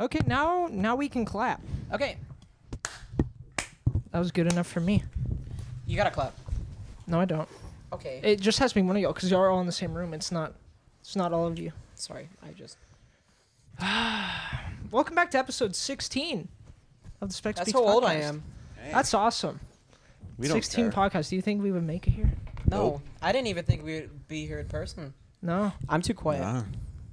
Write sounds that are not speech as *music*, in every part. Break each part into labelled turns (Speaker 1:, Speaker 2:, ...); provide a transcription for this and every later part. Speaker 1: Okay, now now we can clap. Okay. That was good enough for me.
Speaker 2: You gotta clap.
Speaker 1: No, I don't.
Speaker 2: Okay.
Speaker 1: It just has to be one of y'all because y'all are all in the same room. It's not it's not all of you.
Speaker 2: Sorry, I just.
Speaker 1: Welcome back to episode 16 of the Spec
Speaker 2: That's
Speaker 1: Speaks
Speaker 2: how old I
Speaker 1: podcast.
Speaker 2: am.
Speaker 1: That's awesome.
Speaker 3: We don't
Speaker 1: 16
Speaker 3: care.
Speaker 1: podcasts. Do you think we would make it here?
Speaker 2: No,
Speaker 3: Nope.
Speaker 2: I didn't even think we'd be here in person.
Speaker 1: No.
Speaker 2: I'm too quiet.
Speaker 3: Ah.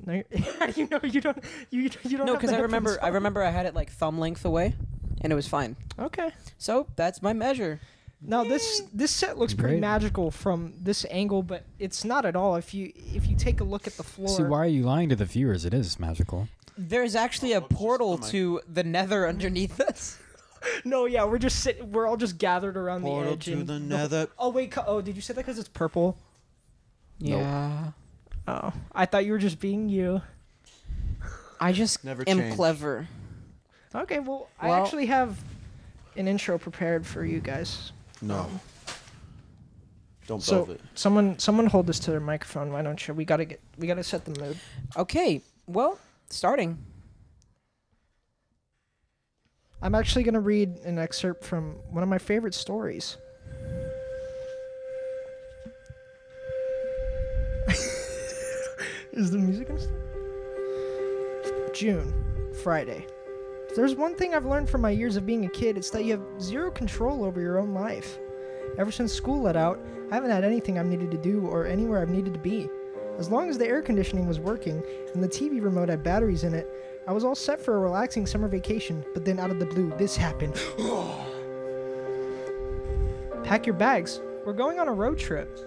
Speaker 1: No, you're- *laughs* how do you know you don't you, you don't
Speaker 2: No,
Speaker 1: have
Speaker 2: because
Speaker 1: the
Speaker 2: I remember.
Speaker 1: headphones
Speaker 2: I
Speaker 1: on?
Speaker 2: remember I had it like thumb length away, and it was fine.
Speaker 1: Okay.
Speaker 2: So that's my measure.
Speaker 1: Now this this set looks pretty
Speaker 4: Great.
Speaker 1: magical from this angle, but it's not at all. If you if you take a look at the floor,
Speaker 4: See, why are you lying to the viewers? It is magical.
Speaker 2: There's actually a
Speaker 3: whoops, just the
Speaker 2: portal
Speaker 3: mic.
Speaker 2: to the Nether underneath *laughs* us.
Speaker 1: no, yeah, we're just sitting. We're all just gathered around the
Speaker 3: Portal
Speaker 1: edge.
Speaker 3: to
Speaker 1: and-
Speaker 3: the
Speaker 1: no.
Speaker 3: nether.
Speaker 1: Oh wait, co- oh did you say that because it's purple?
Speaker 2: Yeah.
Speaker 1: Oh, I thought you were just being you.
Speaker 2: I just
Speaker 3: Never
Speaker 2: am
Speaker 3: change.
Speaker 2: clever.
Speaker 1: Okay, well, I
Speaker 2: Well-
Speaker 1: actually have an intro prepared for you guys.
Speaker 3: No. Don't
Speaker 1: So
Speaker 3: build it.
Speaker 1: someone someone hold this to their microphone. Why don't you? We gotta get we gotta set the mood.
Speaker 2: Okay. Well, starting.
Speaker 1: I'm actually gonna read an excerpt from one of my favorite stories. *laughs* Is the music gonna stop? June, Friday. If there's one thing I've learned from my years of being a kid, it's that you have zero control over your own life. Ever since school let out, I haven't had anything I've needed to do or anywhere I've needed to be. As long as the air conditioning was working and the TV remote had batteries in it, I was all set for a relaxing summer vacation, but then out of the blue, this happened. Pack your bags. We're going on a road trip,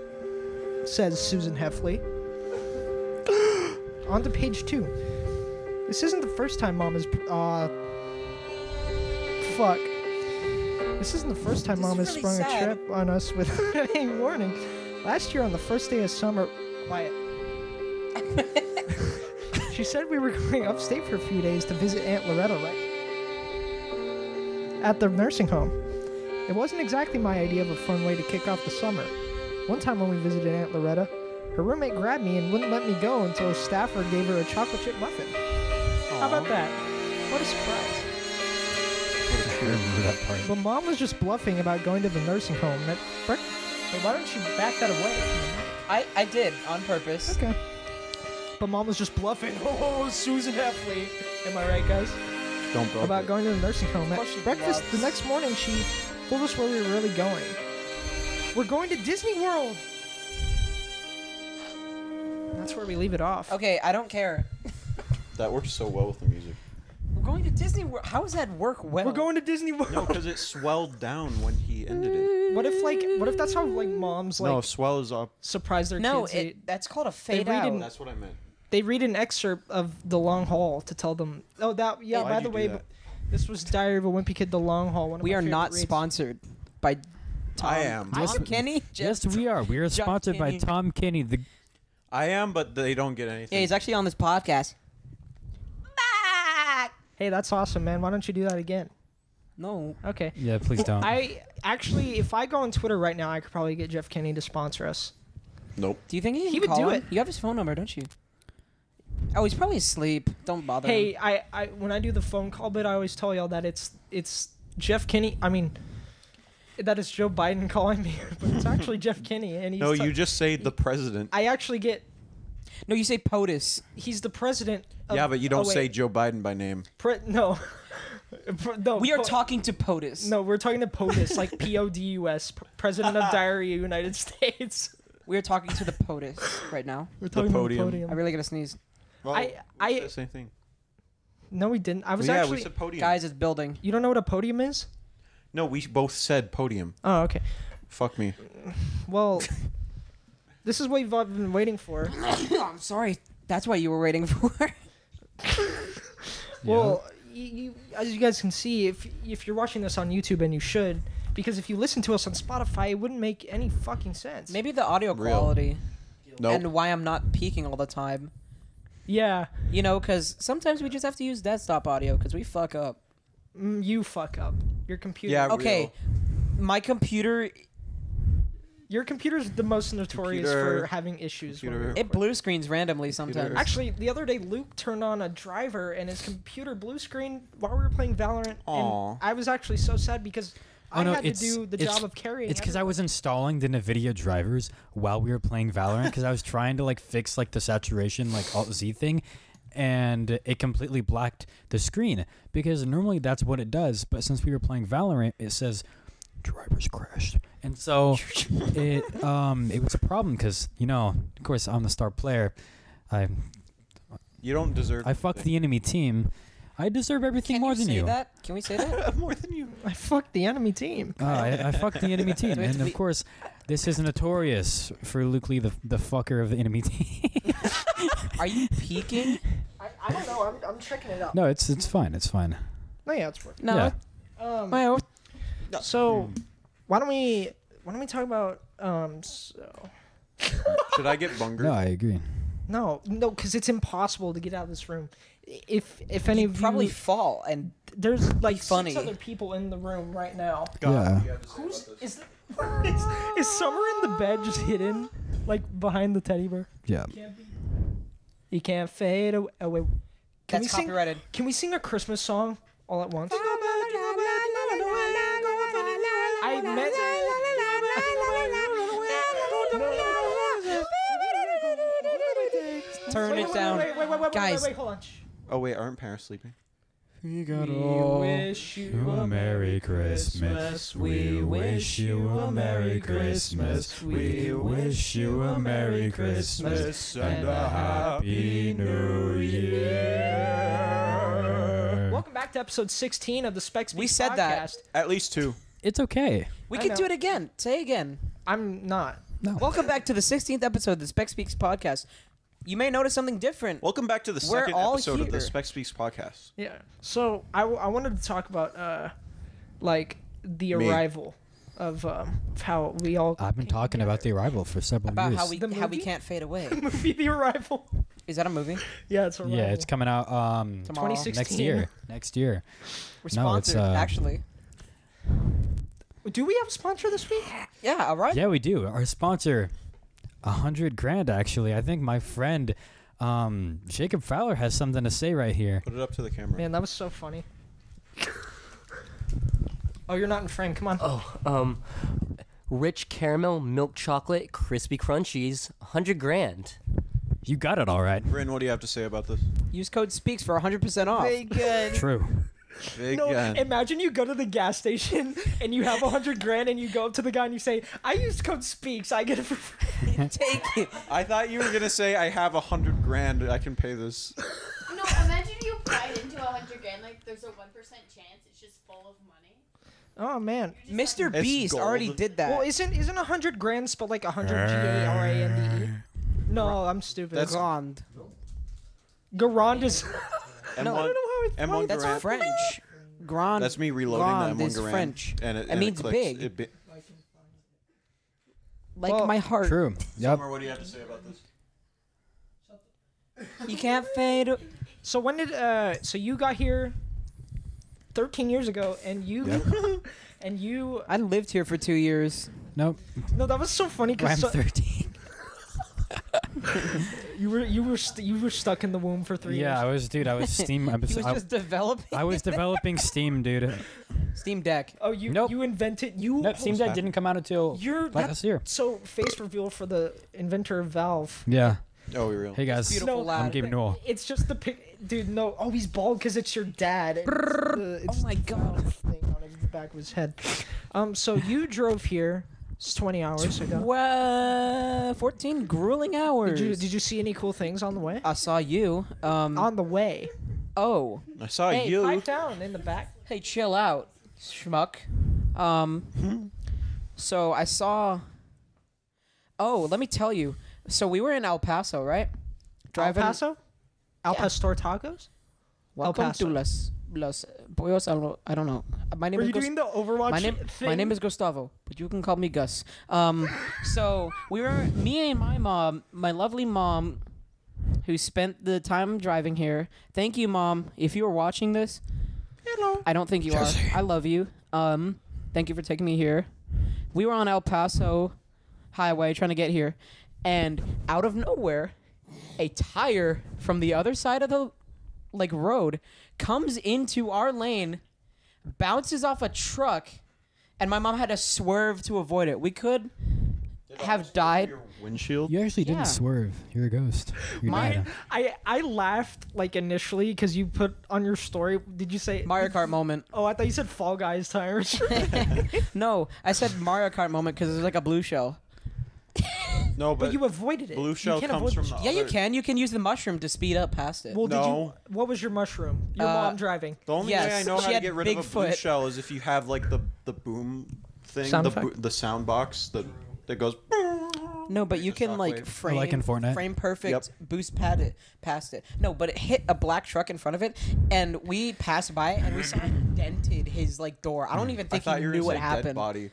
Speaker 1: says Susan Heffley. *gasps* on to page two. This isn't the first time mom is. Uh. Fuck. This isn't the first time
Speaker 2: This
Speaker 1: mom
Speaker 2: is
Speaker 1: has
Speaker 2: really
Speaker 1: sprung
Speaker 2: sad.
Speaker 1: a trip on us *laughs* without any warning. Last year, on the first day of summer.
Speaker 2: *laughs*
Speaker 1: Quiet. She said we were going upstate for a few days to visit Aunt Loretta, right? At the nursing home. It wasn't exactly my idea of a fun way to kick off the summer. One time when we visited Aunt Loretta, her roommate grabbed me and wouldn't let me go until a staffer gave her a chocolate chip muffin. How about that? What a surprise.
Speaker 4: That part.
Speaker 1: But mom was just bluffing about going to the nursing home. That brick. But why don't you back that away?
Speaker 2: I I did on purpose.
Speaker 1: Okay. But mom was just bluffing. *laughs* Oh, Susan Heffley. Am I right, guys?
Speaker 3: Don't build
Speaker 1: about
Speaker 3: it.
Speaker 1: going to the nursing home. At
Speaker 2: course she
Speaker 1: breakfast the
Speaker 2: was.
Speaker 1: next morning, she told us where we were really going. We're going to Disney World. That's where we leave it off.
Speaker 2: Okay. I don't care.
Speaker 3: that works so well with the music.
Speaker 2: We're going to Disney World. How does that work well?
Speaker 1: We're going to Disney World.
Speaker 3: No, because it swelled down when he ended it.
Speaker 1: *laughs* What if like what if that's how like moms like
Speaker 3: no, swell is up.
Speaker 1: surprise their
Speaker 2: No,
Speaker 1: kids? They-
Speaker 2: it, that's called a fade
Speaker 1: read
Speaker 2: out.
Speaker 1: in-
Speaker 3: That's what I meant.
Speaker 1: they read an excerpt of The Long Haul to tell them. Oh, that yeah.
Speaker 3: Why'd
Speaker 1: by
Speaker 3: you
Speaker 1: the
Speaker 3: do
Speaker 1: way,
Speaker 3: that?
Speaker 1: this was Diary of a Wimpy Kid: The Long Haul. One of
Speaker 2: We
Speaker 1: my
Speaker 2: are
Speaker 1: favorite
Speaker 2: not
Speaker 1: reads.
Speaker 2: sponsored by Tom.
Speaker 3: I am.
Speaker 2: Tom
Speaker 4: Yes,
Speaker 2: Kenny.
Speaker 4: Yes, we are. We are
Speaker 2: John
Speaker 4: sponsored by
Speaker 2: Kinney.
Speaker 4: Tom Kinney. The
Speaker 3: I am, but they don't get anything.
Speaker 2: Yeah, he's actually on this podcast.
Speaker 1: Hey, that's awesome, man. Why don't you do that again?
Speaker 2: No.
Speaker 1: Okay.
Speaker 4: yeah, please
Speaker 1: *laughs*
Speaker 4: don't.
Speaker 1: I actually, if I go on Twitter right now, I could probably get Jeff Kenny to sponsor us.
Speaker 3: nope.
Speaker 2: Do you think he, can
Speaker 1: would
Speaker 2: call
Speaker 1: do
Speaker 2: him?
Speaker 1: it.
Speaker 2: You have his phone number, don't you? Oh, he's probably asleep. Don't bother.
Speaker 1: Hey,
Speaker 2: him.
Speaker 1: I, I when I do the phone call bit, I always tell y'all that it's it's Jeff Kenny. I mean, that it's Joe Biden *laughs* calling me, but it's actually
Speaker 2: *laughs*
Speaker 1: Jeff Kenny, and he's
Speaker 3: No,
Speaker 1: t-
Speaker 3: you just say the president.
Speaker 1: I actually get
Speaker 2: no, you say POTUS.
Speaker 1: he's the president. Of,
Speaker 3: yeah, but you
Speaker 1: oh,
Speaker 3: don't
Speaker 1: wait.
Speaker 3: say Joe Biden by name.
Speaker 1: Pre- no. *laughs* Pre- no,
Speaker 2: We are
Speaker 1: po-
Speaker 2: talking to POTUS.
Speaker 1: No, we're talking to POTUS, like P O D U S, p- President
Speaker 2: *laughs*
Speaker 1: of Diary of United States.
Speaker 2: we are talking to the POTUS right now.
Speaker 1: We're
Speaker 3: talking to the podium. podium.
Speaker 2: I really gotta sneeze,
Speaker 3: Well,
Speaker 1: I-
Speaker 3: we
Speaker 1: I-
Speaker 3: said the same thing.
Speaker 1: no, we didn't. I was
Speaker 3: yeah,
Speaker 1: actually.
Speaker 3: we said podium.
Speaker 2: guys. It's building.
Speaker 1: you don't know what a podium is?
Speaker 3: No, we both said podium.
Speaker 1: Oh, okay.
Speaker 3: Fuck me. *laughs*
Speaker 1: Well, this is what you've all been waiting for.
Speaker 2: *coughs* I'm sorry. That's what you were waiting *laughs* for.
Speaker 4: Yeah.
Speaker 1: Well, you, you, as you guys can see, if if you're watching this on YouTube, and you should, because if you listen to us on Spotify, it wouldn't make any fucking sense.
Speaker 2: Maybe the audio
Speaker 3: Real.
Speaker 2: quality
Speaker 3: Nope.
Speaker 2: and why I'm not peeking all the time.
Speaker 1: Yeah,
Speaker 2: You know, because sometimes we just have to use desktop audio because we fuck up.
Speaker 1: mm, you fuck up your computer.
Speaker 3: Yeah,
Speaker 2: Okay, my computer
Speaker 1: Your computer's the most notorious for
Speaker 3: Computer.
Speaker 1: having issues. when
Speaker 3: Computer.
Speaker 2: It blue screens randomly sometimes.
Speaker 3: Computer.
Speaker 1: Actually, the other day Luke turned on a driver and his computer blue screen while we were playing Valorant.
Speaker 3: Aw.
Speaker 1: And I was actually so sad because I had to do the
Speaker 4: Oh, it's-
Speaker 1: job of carrying.
Speaker 4: It's because I was installing the NVIDIA drivers while we were playing Valorant because I was trying to like fix like the saturation like Alt Z thing, and it completely blacked the screen because normally that's what it does. But since we were playing Valorant, it says drivers crashed, and so it um it was a problem because you know of course I'm the star player, I
Speaker 3: You don't deserve.
Speaker 4: I fucked
Speaker 3: anything.
Speaker 4: the enemy team, I deserve everything
Speaker 2: Can
Speaker 4: more
Speaker 2: you
Speaker 4: than
Speaker 2: say
Speaker 4: you.
Speaker 2: that? Can we say
Speaker 1: *laughs*
Speaker 2: that?
Speaker 3: *laughs* more than you.
Speaker 1: I fucked the enemy team.
Speaker 4: Oh, I, I fucked the *laughs* enemy team,
Speaker 2: Do we have
Speaker 4: and
Speaker 2: to
Speaker 4: of
Speaker 2: be-
Speaker 4: course, this is notorious for Luke Lee, the the fucker of the enemy *laughs* team.
Speaker 2: Are you peeking?
Speaker 1: I, I don't know. I'm, I'm tricking it up.
Speaker 4: no, it's it's fine, it's fine.
Speaker 1: No, yeah, it's working.
Speaker 2: No.
Speaker 4: Yeah.
Speaker 1: Um,
Speaker 2: Well,
Speaker 1: so why don't we why don't we talk about um so
Speaker 3: Should I *laughs* get bungered?
Speaker 4: No, I agree.
Speaker 1: no no because it's impossible to get out of this room. If if any
Speaker 2: you'd
Speaker 1: of
Speaker 2: probably
Speaker 1: you,
Speaker 2: fall and
Speaker 1: there's like
Speaker 2: funny.
Speaker 1: six other people in the room right now.
Speaker 4: Yeah.
Speaker 1: Who's is, is is Summer in the bed just hidden like behind the teddy bear?
Speaker 4: Yeah.
Speaker 1: You can't fade away. away. Can we
Speaker 2: that's
Speaker 1: sing?
Speaker 2: copyrighted.
Speaker 1: Can we sing a Christmas song all at once? I meant.
Speaker 2: Turn
Speaker 1: Wait,
Speaker 2: it
Speaker 1: wait,
Speaker 2: down.
Speaker 1: wait, wait, wait, wait, wait,
Speaker 2: Guys.
Speaker 1: Wait, wait, hold on. Shh.
Speaker 3: Oh wait, aren't parents sleeping?
Speaker 4: We
Speaker 1: wish you
Speaker 4: a Merry Christmas. We wish you a Merry Christmas. We wish you a Merry Christmas and a Happy New Year.
Speaker 1: Welcome back to episode 16 of the Specs.
Speaker 2: We said that.
Speaker 1: podcast.
Speaker 3: At least two.
Speaker 4: It's okay.
Speaker 2: We
Speaker 1: I
Speaker 2: could
Speaker 1: know.
Speaker 2: do it again. Say again.
Speaker 1: I'm not.
Speaker 4: No.
Speaker 2: Welcome back to the 16th episode of the Spec Speaks podcast. You may notice something different.
Speaker 3: Welcome back to the
Speaker 2: We're
Speaker 3: second
Speaker 2: all
Speaker 3: episode of the
Speaker 2: here.
Speaker 3: Spec Speaks podcast.
Speaker 1: Yeah. So I, w- I wanted to talk about uh, like the
Speaker 3: Me.
Speaker 1: arrival of um, of how we all *laughs*
Speaker 4: I've been talking about the arrival for several
Speaker 2: about
Speaker 4: years.
Speaker 2: how we
Speaker 1: The
Speaker 2: how we
Speaker 1: movie?
Speaker 2: can't fade away.
Speaker 1: movie the arrival. *laughs*
Speaker 2: Is that a movie?
Speaker 1: Yeah, it's arrival.
Speaker 4: yeah, it's coming out um
Speaker 2: Tomorrow.
Speaker 1: 2016.
Speaker 4: next year. Next year.
Speaker 2: We're
Speaker 4: No, it's,
Speaker 2: sponsored,
Speaker 4: uh,
Speaker 2: actually.
Speaker 1: Do we have a sponsor this week?
Speaker 2: Yeah, all right.
Speaker 4: *laughs* Yeah, we do. Our sponsor, a hundred grand actually. I think my friend, um, Jacob Fowler has something to say right here.
Speaker 3: Put it up to the camera.
Speaker 1: Man, that was so
Speaker 2: *laughs*
Speaker 1: funny. oh, you're not in frame. Come on.
Speaker 5: Oh, um, rich caramel milk chocolate crispy crunchies, 100 grand.
Speaker 4: You got it all right.
Speaker 3: Bryn, what do you have to say about this?
Speaker 2: Use code SPEAKS for 100% off.
Speaker 1: good.
Speaker 4: True.
Speaker 1: *laughs*
Speaker 3: Big
Speaker 1: No,
Speaker 3: gun.
Speaker 1: imagine you go to the gas station *laughs* and you have a hundred grand and you go up to the guy and you say, "I used code Speaks. I get it for free."
Speaker 2: *laughs* Take it.
Speaker 3: I thought you were gonna say I have a hundred grand. I can pay this.
Speaker 6: No, imagine you applied into a hundred grand. Like, there's a one percent chance it's just full of money.
Speaker 1: *laughs* Oh man.
Speaker 6: You just
Speaker 2: Mr.
Speaker 6: have-
Speaker 3: It's
Speaker 2: Beast already
Speaker 3: gold.
Speaker 2: did that.
Speaker 1: Well, isn't isn't a hundred grand spelled like a hundred G A R A N
Speaker 4: Uh,
Speaker 1: D E? No, I'm stupid.
Speaker 3: That's-
Speaker 2: Grand.
Speaker 1: Garand is.
Speaker 3: M1,
Speaker 2: No, I
Speaker 1: don't know how
Speaker 3: M1
Speaker 1: it's-
Speaker 2: That's
Speaker 3: grand.
Speaker 2: French. Grand.
Speaker 3: That's me reloading
Speaker 2: Grand
Speaker 3: that M1
Speaker 2: is
Speaker 3: grand.
Speaker 2: French.
Speaker 3: And it,
Speaker 2: It
Speaker 3: and
Speaker 2: means
Speaker 3: clicks.
Speaker 2: big.
Speaker 3: It bi-
Speaker 2: like
Speaker 1: Well,
Speaker 2: my heart.
Speaker 4: True. Yep.
Speaker 3: Summer, what do you have to say about this?
Speaker 2: You can't fade. a-
Speaker 1: *laughs* So when did uh? So you got here. Thirteen years ago, and you, *laughs* and you.
Speaker 2: I lived here for two years.
Speaker 4: Nope.
Speaker 1: No, that was so funny
Speaker 4: I'm
Speaker 1: because
Speaker 4: 13.
Speaker 1: you were you were st- you were stuck in the womb for three
Speaker 4: Yeah, I
Speaker 1: years.
Speaker 4: was, dude. I was Steam. I was,
Speaker 2: He was
Speaker 4: I,
Speaker 2: just developing
Speaker 1: *laughs*
Speaker 4: I was developing Steam, dude.
Speaker 2: Steam Deck.
Speaker 1: Oh, you
Speaker 4: Nope.
Speaker 1: you invented you.
Speaker 4: Nope, Steam Deck didn't come out until
Speaker 1: You're
Speaker 4: last year.
Speaker 1: so face reveal for the inventor of Valve.
Speaker 4: Yeah.
Speaker 3: Oh, we real.
Speaker 4: Hey guys,
Speaker 2: Beautiful
Speaker 1: No,
Speaker 4: I'm
Speaker 2: lad.
Speaker 4: Gabe Newell.
Speaker 1: It's just the pic, dude. No, oh, he's bald because it's your dad. It's the- it's
Speaker 2: Oh my
Speaker 1: the
Speaker 2: god.
Speaker 1: thing on his back of his head. Um, so *laughs* you drove here s- twenty hours ago.
Speaker 2: Well, 14 grueling hours.
Speaker 1: Did you Ah. did you see any cool things on the way?
Speaker 2: I saw you. Um.
Speaker 1: on the way.
Speaker 2: oh.
Speaker 3: I saw
Speaker 1: Hey,
Speaker 3: you.
Speaker 1: pipe down in the back.
Speaker 2: Hey, chill out, schmuck. Um.
Speaker 1: Hmm?
Speaker 2: So I saw. Oh, let me tell you. So we were in El Paso, right? Driving-
Speaker 1: El Paso. El
Speaker 2: Yeah.
Speaker 1: Pastor tacos.
Speaker 2: Welcome
Speaker 1: Paso.
Speaker 2: to Los Los Pollos. I don't know. I don't know. My name
Speaker 1: Are
Speaker 2: is
Speaker 1: you
Speaker 2: Gus-
Speaker 1: doing the Overwatch
Speaker 2: my name
Speaker 1: thing?
Speaker 2: my name is Gustavo, but you can call me Gus.
Speaker 1: *laughs*
Speaker 2: Um, so we were me and my mom, my lovely mom, who spent the time driving here. Thank you, mom. If you are watching this, hello. I don't think you are. I love you. Um, thank you for taking me here. We were on El Paso highway trying to get here, and out of nowhere, a tire from the other side of the like road comes into our lane, bounces off a truck, and my mom had to swerve to avoid it. We could have died.
Speaker 3: Windshield.
Speaker 4: You actually
Speaker 2: Yeah.
Speaker 4: didn't swerve. You're a ghost. You're
Speaker 2: Mine-
Speaker 4: not a-
Speaker 1: I I laughed like initially because you put on your story. Did you say
Speaker 2: Mario Kart moment.
Speaker 1: Oh, I thought you said Fall Guys *laughs* tires.
Speaker 2: No, I said Mario Kart moment because it's like a blue shell.
Speaker 3: No, but,
Speaker 1: but you avoided it.
Speaker 3: blue
Speaker 1: You
Speaker 3: shell
Speaker 1: can't
Speaker 3: comes
Speaker 1: avoid
Speaker 3: from
Speaker 1: the
Speaker 3: the
Speaker 2: Yeah, you
Speaker 3: other-
Speaker 2: can. You can use the mushroom to speed up past it.
Speaker 1: Well, did
Speaker 3: No.
Speaker 1: you? What was your mushroom? Your
Speaker 2: Uh,
Speaker 1: mom driving.
Speaker 3: The only way I
Speaker 2: Yes,
Speaker 3: know
Speaker 2: she
Speaker 3: how to
Speaker 2: had
Speaker 3: get rid of a blue
Speaker 2: Bigfoot.
Speaker 3: shell is if you have like the the boom thing,
Speaker 1: Sound
Speaker 3: the
Speaker 1: effect?
Speaker 3: the sound box that that goes.
Speaker 2: No, but you
Speaker 3: Just
Speaker 2: can
Speaker 3: not
Speaker 2: like
Speaker 3: wave.
Speaker 2: frame,
Speaker 4: like in Fortnite?
Speaker 2: frame perfect, boost pad it past it. No, but it hit a black truck in front of it, and we passed by it, and we saw
Speaker 3: *laughs*
Speaker 2: it dented his like door. I don't even
Speaker 3: Hmm. I
Speaker 2: think
Speaker 3: thought
Speaker 2: he
Speaker 3: you were
Speaker 2: knew
Speaker 3: gonna
Speaker 2: what
Speaker 3: say Dead
Speaker 2: happened.
Speaker 3: body.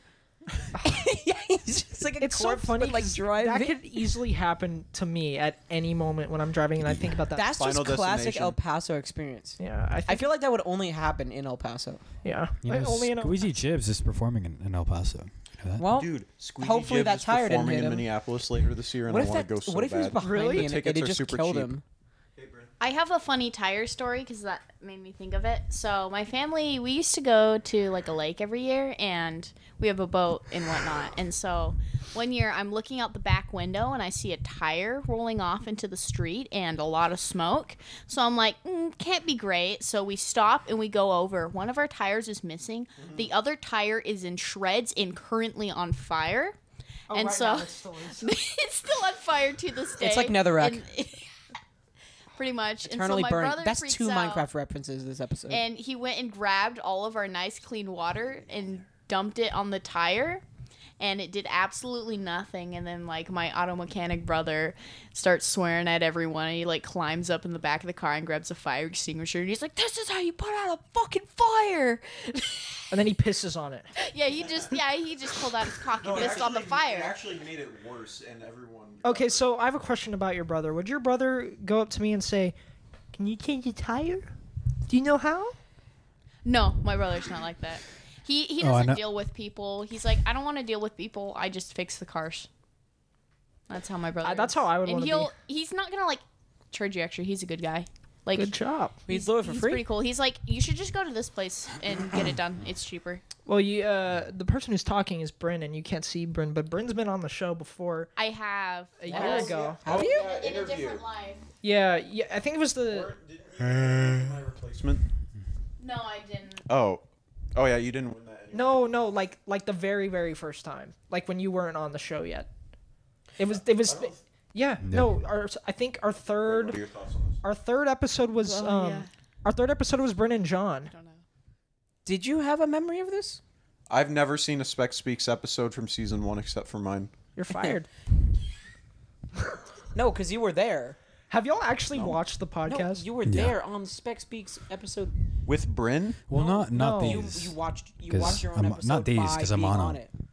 Speaker 2: *laughs* yeah, he's just like a
Speaker 1: It's so
Speaker 2: corpse,
Speaker 1: funny.
Speaker 2: but, like
Speaker 1: 'cause
Speaker 2: driving.
Speaker 1: That could easily happen to me at any moment when I'm driving, and I think about that.
Speaker 2: That's just
Speaker 3: Final
Speaker 2: classic
Speaker 3: Destination.
Speaker 2: El Paso experience.
Speaker 1: yeah, I, think,
Speaker 2: I feel like that would only happen in El Paso.
Speaker 1: yeah.
Speaker 4: You
Speaker 1: Like,
Speaker 4: know,
Speaker 1: only in a-
Speaker 4: Squeezy Jibs is performing in, in El Paso. You know that?
Speaker 2: Well,
Speaker 3: Dude, Squeezy
Speaker 2: hopefully
Speaker 3: Jibs
Speaker 2: that
Speaker 3: is
Speaker 2: tire didn't
Speaker 3: performing
Speaker 2: hit
Speaker 3: in
Speaker 2: him.
Speaker 3: Minneapolis later this year, and
Speaker 2: what
Speaker 3: I
Speaker 2: if
Speaker 3: want
Speaker 2: that?
Speaker 3: to go so
Speaker 2: what if he was
Speaker 3: bad.
Speaker 2: behind
Speaker 1: Really?
Speaker 2: me
Speaker 3: The
Speaker 2: and it,
Speaker 3: tickets
Speaker 2: it
Speaker 3: are
Speaker 2: just
Speaker 3: super
Speaker 2: killed
Speaker 3: cheap.
Speaker 2: him?
Speaker 6: I have a funny tire story because that made me think of it. So my family, we used to go to like a lake every year, and we have a boat and whatnot. And so one year, I'm looking out the back window and I see a tire rolling off into the street and a lot of smoke. So I'm like, mm, can't be great. So we stop and we go over. One of our tires is missing.
Speaker 1: Mm-hmm.
Speaker 6: The other tire is in shreds and currently on fire. and
Speaker 1: Oh, right
Speaker 6: so
Speaker 1: now it
Speaker 6: *laughs*
Speaker 1: still is.
Speaker 6: it's still on fire to this day.
Speaker 2: It's like Netherrack.
Speaker 6: And- pretty much. And so
Speaker 2: Eternally
Speaker 6: my
Speaker 2: burned.
Speaker 6: brother
Speaker 2: That's
Speaker 6: freaks
Speaker 2: two
Speaker 6: out,
Speaker 2: Minecraft references this episode.
Speaker 6: And he went and grabbed all of our nice clean water and dumped it on the tire. And it did absolutely nothing. And then, like, my auto mechanic brother starts swearing at everyone. And he, like, climbs up in the back of the car and grabs a fire extinguisher. And he's like, This is how you put out a fucking
Speaker 3: *laughs*
Speaker 6: fire. *laughs*
Speaker 1: and then he pisses on it.
Speaker 6: yeah, he just, yeah, he just pulled out his cock and pissed on the fire.
Speaker 3: actually made it worse, and everyone.
Speaker 1: Okay, so I have a question about your brother. Would your brother go up to me and say, "Can you change a tire? Do you know how?"
Speaker 6: No, my brother's not like that. He, he
Speaker 4: Oh, I
Speaker 6: doesn't
Speaker 4: know-
Speaker 6: deal with people. He's like, I don't want to deal with people. I just fix the cars. That's how my brother.
Speaker 1: Uh, that's
Speaker 6: is.
Speaker 1: how I would
Speaker 6: And
Speaker 1: wanna be.
Speaker 6: he'll he's not gonna like charge you extra. He's a good guy. Like
Speaker 1: Good job.
Speaker 2: We'd do it for
Speaker 6: he's
Speaker 2: free.
Speaker 6: pretty cool. He's like, you should just go to this place and get it done. It's cheaper.
Speaker 1: Well, you, uh, the person who's talking is Bryn, and you can't see Bryn, but Bryn's been on the show before
Speaker 6: I have
Speaker 1: a
Speaker 6: Yes.
Speaker 1: year ago.
Speaker 2: Have you?
Speaker 6: in a different life.
Speaker 1: Yeah, yeah, I think it was the.
Speaker 3: My replacement.
Speaker 6: No, I didn't.
Speaker 3: Oh, oh yeah, you didn't win that. anyway.
Speaker 1: No, no, like like the very very first time, like when you weren't on the show yet. It was it was, yeah. No, our I think our
Speaker 3: What are
Speaker 1: third
Speaker 3: your thoughts on this?
Speaker 1: our third episode was
Speaker 6: Well,
Speaker 1: um
Speaker 6: yeah.
Speaker 1: our third episode was Brennan John.
Speaker 6: Don't know.
Speaker 2: Did you have a memory of this?
Speaker 3: I've never seen a Spec Speaks episode from season one except for mine.
Speaker 1: You're fired. *laughs*
Speaker 2: No, because you were there.
Speaker 1: Have y'all actually watched the
Speaker 2: No,
Speaker 1: podcast?
Speaker 2: you were
Speaker 4: Yeah.
Speaker 2: there on Spec Speaks episode.
Speaker 3: With Bryn,
Speaker 4: well, not not
Speaker 1: no.
Speaker 2: You,
Speaker 4: these.
Speaker 2: you watched you
Speaker 4: 'Cause
Speaker 2: watched your own
Speaker 4: I'm-
Speaker 2: episode.
Speaker 4: not these,
Speaker 2: by
Speaker 4: 'cause I'm
Speaker 2: being
Speaker 4: on
Speaker 2: on
Speaker 4: them.
Speaker 2: it.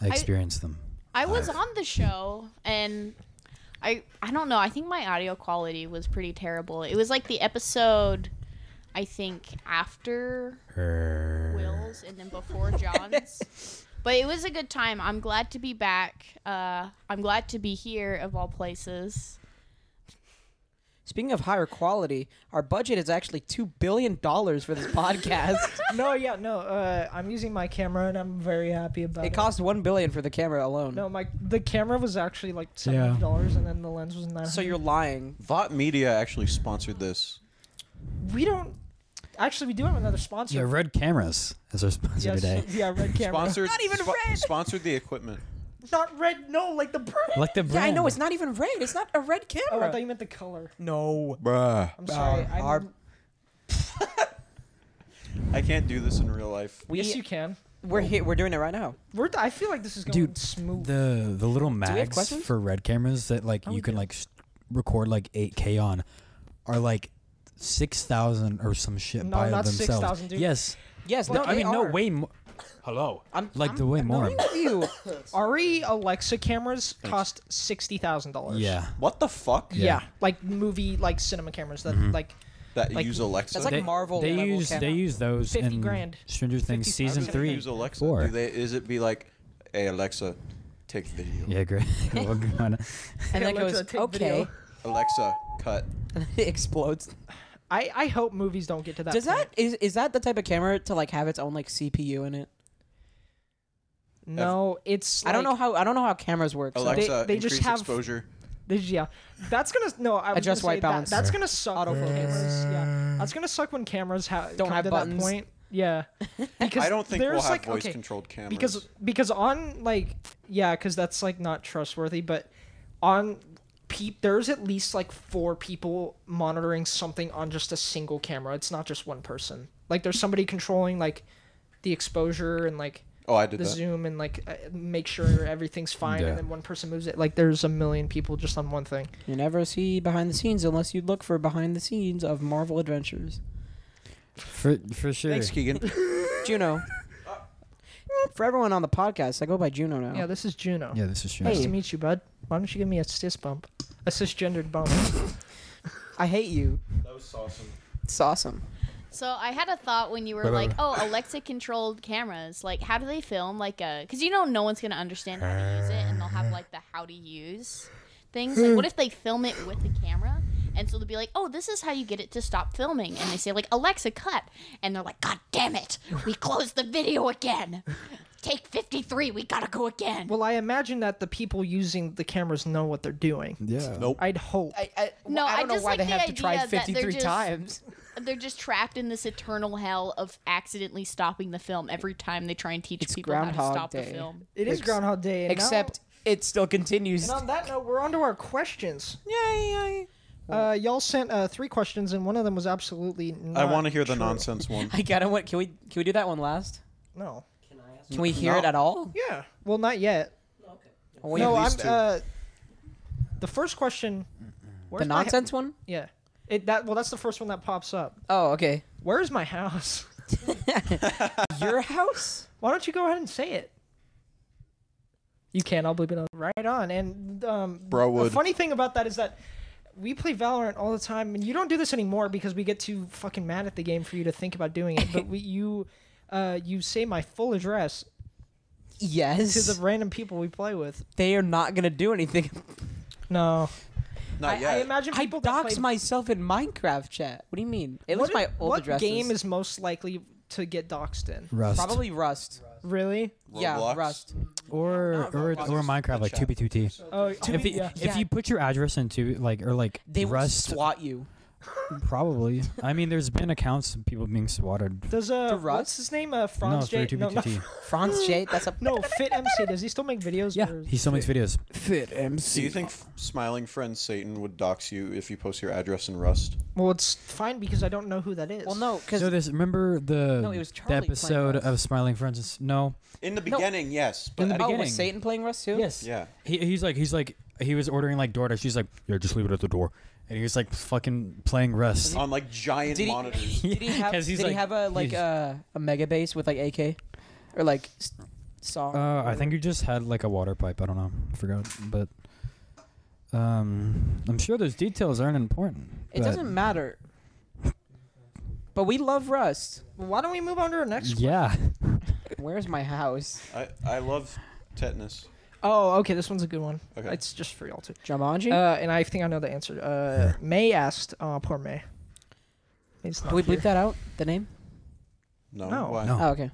Speaker 4: I experienced them.
Speaker 6: I was on the show and I I don't know. I think my audio quality was pretty terrible. It was like the episode I think after Will's and then before John's. but it was a good time. I'm glad to be back. Uh, I'm glad to be here of all places.
Speaker 2: Speaking of higher quality, our budget is actually two billion dollars for this
Speaker 1: *laughs*
Speaker 2: podcast.
Speaker 1: no, yeah, no. Uh, I'm using my camera, and I'm very happy about it.
Speaker 2: it cost one billion for the camera alone.
Speaker 1: no, my the camera was actually like seventy dollars, and then the lens was nine.
Speaker 2: So you're lying.
Speaker 3: Vought Media actually sponsored this.
Speaker 1: we don't actually we do have another sponsor.
Speaker 4: Yeah, Red Cameras is our sponsor
Speaker 1: Yes,
Speaker 4: today.
Speaker 1: yeah,
Speaker 3: *laughs*
Speaker 1: red camera.
Speaker 3: Sponsored,
Speaker 2: Not even red.
Speaker 3: Sponsored the equipment.
Speaker 1: Not red. No, like the brand.
Speaker 4: Like the
Speaker 2: Yeah,
Speaker 4: brand.
Speaker 2: I know it's not even red. It's not a red
Speaker 1: Oh, I
Speaker 2: camera.
Speaker 1: thought you meant the color.
Speaker 2: no.
Speaker 3: Bruh.
Speaker 1: I'm sorry.
Speaker 2: Our-
Speaker 1: I'm,
Speaker 2: our-
Speaker 3: I can't do this in real life.
Speaker 2: We,
Speaker 1: yes, you can.
Speaker 2: we're here. We're doing it right now.
Speaker 1: We're, I feel like this is going
Speaker 4: Dude,
Speaker 1: smooth.
Speaker 4: the the little mags
Speaker 2: questions? Oh,
Speaker 4: for Red Cameras that like you can like s- record like 8K on are like. Six thousand or some shit
Speaker 1: No,
Speaker 4: by
Speaker 1: not
Speaker 4: themselves.
Speaker 1: 6,000, dude.
Speaker 4: Yes,
Speaker 2: Yes. no.
Speaker 4: no, I
Speaker 2: they
Speaker 4: mean no,
Speaker 2: are.
Speaker 4: way more. Hello,
Speaker 2: I'm-
Speaker 4: like the way more.
Speaker 2: Look
Speaker 1: *laughs*
Speaker 2: at you.
Speaker 1: RE Alexa cameras cost sixty thousand dollars.
Speaker 4: Yeah,
Speaker 3: What the fuck?
Speaker 1: yeah, like movie, like cinema cameras that like
Speaker 3: That
Speaker 1: Like-
Speaker 3: use Alexa.
Speaker 2: That's like
Speaker 4: they,
Speaker 2: Marvel
Speaker 4: They
Speaker 2: level
Speaker 4: use
Speaker 2: camera.
Speaker 4: they use those
Speaker 1: 50
Speaker 4: in
Speaker 1: grand.
Speaker 4: Stranger Things
Speaker 1: Fifty-
Speaker 4: season
Speaker 3: How do they
Speaker 4: three,
Speaker 3: Use Alexa.
Speaker 4: four.
Speaker 3: Do they? Is it be like, hey Alexa, Take video.
Speaker 4: Yeah, great. *laughs* Well, go
Speaker 2: And
Speaker 4: on.
Speaker 1: Yeah,
Speaker 2: then
Speaker 1: Alexa,
Speaker 2: goes,
Speaker 1: take video.
Speaker 2: okay. *laughs*
Speaker 3: Alexa, cut.
Speaker 2: it explodes.
Speaker 1: I, I hope movies don't get to that.
Speaker 2: Does
Speaker 1: point.
Speaker 2: that is is that the type of camera to like have its own like CPU in it?
Speaker 1: No, it's.
Speaker 2: I don't
Speaker 1: like-
Speaker 2: know how I don't know how cameras work.
Speaker 4: Oh,
Speaker 2: so-
Speaker 3: Alexa,
Speaker 1: they
Speaker 3: increase
Speaker 1: just have-
Speaker 3: exposure.
Speaker 1: This, yeah, that's gonna no. I was
Speaker 2: Adjust
Speaker 1: gonna say
Speaker 2: white
Speaker 1: that-
Speaker 2: balance.
Speaker 1: that's gonna suck. when
Speaker 2: Autofocus.
Speaker 1: cameras. Yeah, that's gonna suck when cameras ha-
Speaker 2: Don't
Speaker 1: come
Speaker 2: have
Speaker 1: to
Speaker 2: buttons.
Speaker 1: That point.
Speaker 2: *laughs*
Speaker 1: Yeah, because
Speaker 3: I don't think we'll
Speaker 1: there's,
Speaker 3: have
Speaker 1: like, okay,
Speaker 3: voice-controlled cameras.
Speaker 1: Because because on like yeah, because that's like not trustworthy. But on peep, there's at least like four people monitoring something on just a single camera. It's not just one person. Like there's somebody controlling like the exposure and like
Speaker 3: Oh, I did
Speaker 1: the
Speaker 3: that.
Speaker 1: zoom and like uh, make sure everything's fine
Speaker 4: Yeah.
Speaker 1: and then one person moves it like there's a million people just on one thing
Speaker 2: You never see behind the scenes unless you look for behind the scenes of Marvel Adventures.
Speaker 4: for for sure.
Speaker 1: *laughs*
Speaker 3: Thanks, Keegan.
Speaker 2: Juno. For everyone on the podcast, I go by Juno now.
Speaker 1: yeah this is juno
Speaker 4: Oh. Yeah, this is true.
Speaker 1: nice to meet you bud why don't you give me a cis bump a cisgendered
Speaker 3: *laughs*
Speaker 1: bump
Speaker 2: I hate you.
Speaker 3: That was awesome.
Speaker 2: It's awesome.
Speaker 6: So I had a thought when you were
Speaker 4: Wait, wait,
Speaker 6: like, "Oh, Alexa controlled cameras. Like, how do they film? Like a because you know no one's gonna understand how to use it, and they'll have like the how to use things. Like, what if they film it with the camera? And so they'll be like, "Oh, this is how you get it to stop filming," and they say like, "Alexa, cut," and they're like, "God damn it, we closed the video again. Take fifty three. We gotta go again."
Speaker 1: well i imagine that the people using the cameras know what they're doing
Speaker 4: Yeah.
Speaker 3: Nope.
Speaker 1: i'd hope
Speaker 2: I, I,
Speaker 6: No, I just like the idea that they're just-
Speaker 2: times.
Speaker 6: They're just trapped in this eternal hell of accidentally stopping the film every time they try and teach
Speaker 2: It's
Speaker 6: people how
Speaker 2: Groundhog
Speaker 6: to stop
Speaker 2: Day.
Speaker 6: the film.
Speaker 1: it is
Speaker 2: Ex-
Speaker 1: groundhog day and now-
Speaker 2: Except it still continues.
Speaker 1: and on that note we're on to our questions
Speaker 2: Yay, yay.
Speaker 1: uh y'all sent uh three questions and one of them was absolutely
Speaker 3: I
Speaker 1: want
Speaker 3: to hear the nonsense
Speaker 1: *laughs*
Speaker 3: one.
Speaker 2: I gotta. What can we? Can we do that one last?
Speaker 1: no
Speaker 2: Can we hear it
Speaker 3: No.
Speaker 2: at all?
Speaker 1: yeah well not yet
Speaker 2: Or we-
Speaker 1: no i'm
Speaker 3: least two.
Speaker 1: uh the first question
Speaker 2: the
Speaker 1: where's my-
Speaker 2: nonsense one?
Speaker 1: Yeah. It that well that's the first one that pops up.
Speaker 2: Oh, okay.
Speaker 1: Where's my house?
Speaker 2: Your house?
Speaker 1: Why don't you go ahead and say it? You can, I'll believe it on. Right on. And um
Speaker 3: Bro
Speaker 1: the
Speaker 3: would.
Speaker 1: funny thing about that is that we play Valorant all the time and you don't do this anymore because we get too fucking mad at the game for you to think about doing it, but we you uh you say my full address
Speaker 2: Yes.
Speaker 1: to the random people we play with.
Speaker 2: they are not gonna do anything.
Speaker 1: No.
Speaker 3: Not
Speaker 1: I,
Speaker 3: yet.
Speaker 1: I imagine
Speaker 2: *laughs* I
Speaker 1: people that
Speaker 2: dox
Speaker 1: play-
Speaker 2: myself in Minecraft chat. What do you mean? It was
Speaker 1: what,
Speaker 2: my old
Speaker 1: what
Speaker 2: address.
Speaker 1: game is most likely to get doxed in?
Speaker 4: Rust.
Speaker 2: probably Rust.
Speaker 1: Really?
Speaker 2: Yeah,
Speaker 3: Roblox?
Speaker 2: Rust.
Speaker 4: Or or, or Minecraft like two B two T.
Speaker 1: Oh,
Speaker 4: If you,
Speaker 1: yeah.
Speaker 4: if you put your address into like or like
Speaker 2: They
Speaker 4: Rust,
Speaker 2: would swat you. *laughs*
Speaker 4: probably. I mean, there's been accounts of people being swatted.
Speaker 1: Does uh,
Speaker 2: To
Speaker 1: what's
Speaker 2: Rust?
Speaker 1: his name? Uh,
Speaker 4: No,
Speaker 1: Franz
Speaker 4: for
Speaker 1: J.
Speaker 4: two
Speaker 1: No,
Speaker 4: B two
Speaker 1: no,
Speaker 4: T.
Speaker 2: France J. That's a
Speaker 1: no, Fit MC. Does he still make videos?
Speaker 4: Yeah,
Speaker 1: or-
Speaker 4: he still makes videos.
Speaker 2: *laughs* fit MC.
Speaker 3: Do you think smiling friend Satan would dox you if you post your address in Rust?
Speaker 1: Well, it's fine because I don't know who that is.
Speaker 2: Well, no, because
Speaker 4: So this remember the,
Speaker 2: No, it was
Speaker 4: the
Speaker 2: Charlie playing
Speaker 4: episode
Speaker 2: Rust.
Speaker 4: of Smiling Friends? is- No,
Speaker 3: In the beginning, yes. But
Speaker 4: the
Speaker 3: at-
Speaker 2: oh,
Speaker 4: beginning.
Speaker 2: was Satan playing Rust too?
Speaker 4: Yes.
Speaker 3: Yeah.
Speaker 4: He, he's like he's like he was ordering like DoorDash. She's like, yeah, just leave it at the door. And he was like fucking playing Rust.
Speaker 3: on like giant
Speaker 2: Did he-
Speaker 3: monitors.
Speaker 2: Did he have?
Speaker 4: 'Cause he's
Speaker 2: did he
Speaker 4: like-
Speaker 2: have a like
Speaker 4: he's-
Speaker 2: a a mega base with like AK, or like s- saw?
Speaker 4: Uh, I think he just had like a water pipe. I don't know. I forgot, but um, I'm sure those details aren't important.
Speaker 2: it doesn't matter. But we love Rust.
Speaker 1: Why don't we move on to our next? one?
Speaker 4: Yeah.
Speaker 2: Where's my house?
Speaker 3: I, I love tetanus.
Speaker 1: Oh, okay. This one's a good one.
Speaker 3: Okay.
Speaker 1: It's just for y'all too.
Speaker 2: Jumanji.
Speaker 1: Uh, and I think I know the answer. Uh, May asked. Oh, poor May. May's not
Speaker 2: Can we
Speaker 1: here.
Speaker 2: bleep that out? The name?
Speaker 3: No.
Speaker 1: No.
Speaker 3: Why?
Speaker 4: No.
Speaker 2: Oh, okay.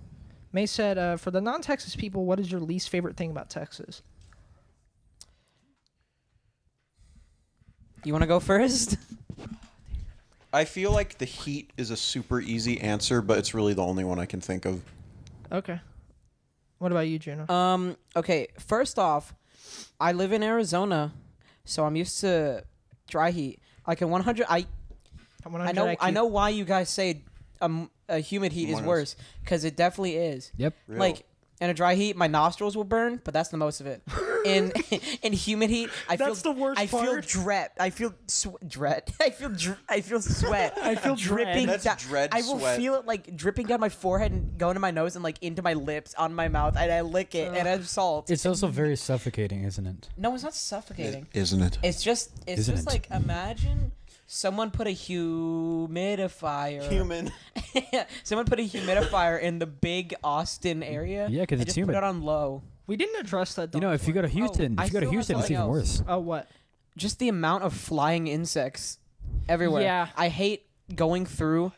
Speaker 1: May said, uh, "For the non-Texas people, what is your least favorite thing about Texas?"
Speaker 2: You want to go first? *laughs*
Speaker 3: I feel like the heat is a super easy answer, but it's really the only one I can think of.
Speaker 1: Okay. What about you, Juno?
Speaker 2: Um. Okay. First off, I live in Arizona, so I'm used to dry heat. I can 100. I I know. I know why you guys say um a humid heat is
Speaker 3: Minus.
Speaker 2: worse because it definitely is.
Speaker 4: Yep.
Speaker 3: Real.
Speaker 2: Like in a dry heat, my nostrils will burn, but that's the most of it.
Speaker 3: *laughs*
Speaker 2: In in humid heat, I
Speaker 1: That's
Speaker 2: feel
Speaker 1: the worst
Speaker 2: I feel
Speaker 1: part.
Speaker 2: dread. I feel sw- dread. *laughs* I feel dr- I feel sweat. I feel dripping.
Speaker 3: That's
Speaker 2: down-
Speaker 3: dread
Speaker 2: I will
Speaker 3: sweat.
Speaker 2: feel it like dripping down my forehead and going to my nose and like into my lips, on my mouth, and I lick it and I'm salt.
Speaker 4: It's also very suffocating, isn't it?
Speaker 2: no, it's not suffocating.
Speaker 3: Isn't it?
Speaker 2: It's just it's
Speaker 4: Isn't
Speaker 2: just
Speaker 4: it?
Speaker 2: like imagine someone put a humidifier.
Speaker 3: *laughs* Human.
Speaker 2: *laughs* someone put a humidifier in the big Austin area.
Speaker 4: Yeah, 'cause
Speaker 2: and
Speaker 4: it's
Speaker 2: just
Speaker 4: humid.
Speaker 2: Put it on low.
Speaker 1: We didn't address that.
Speaker 4: You know, if you go to Houston,
Speaker 2: I
Speaker 4: if you go to
Speaker 2: still have
Speaker 4: Houston, it's
Speaker 2: something
Speaker 4: even
Speaker 2: else.
Speaker 4: worse.
Speaker 1: oh what?
Speaker 2: Just the amount of flying insects everywhere.
Speaker 1: Yeah.
Speaker 2: I hate going through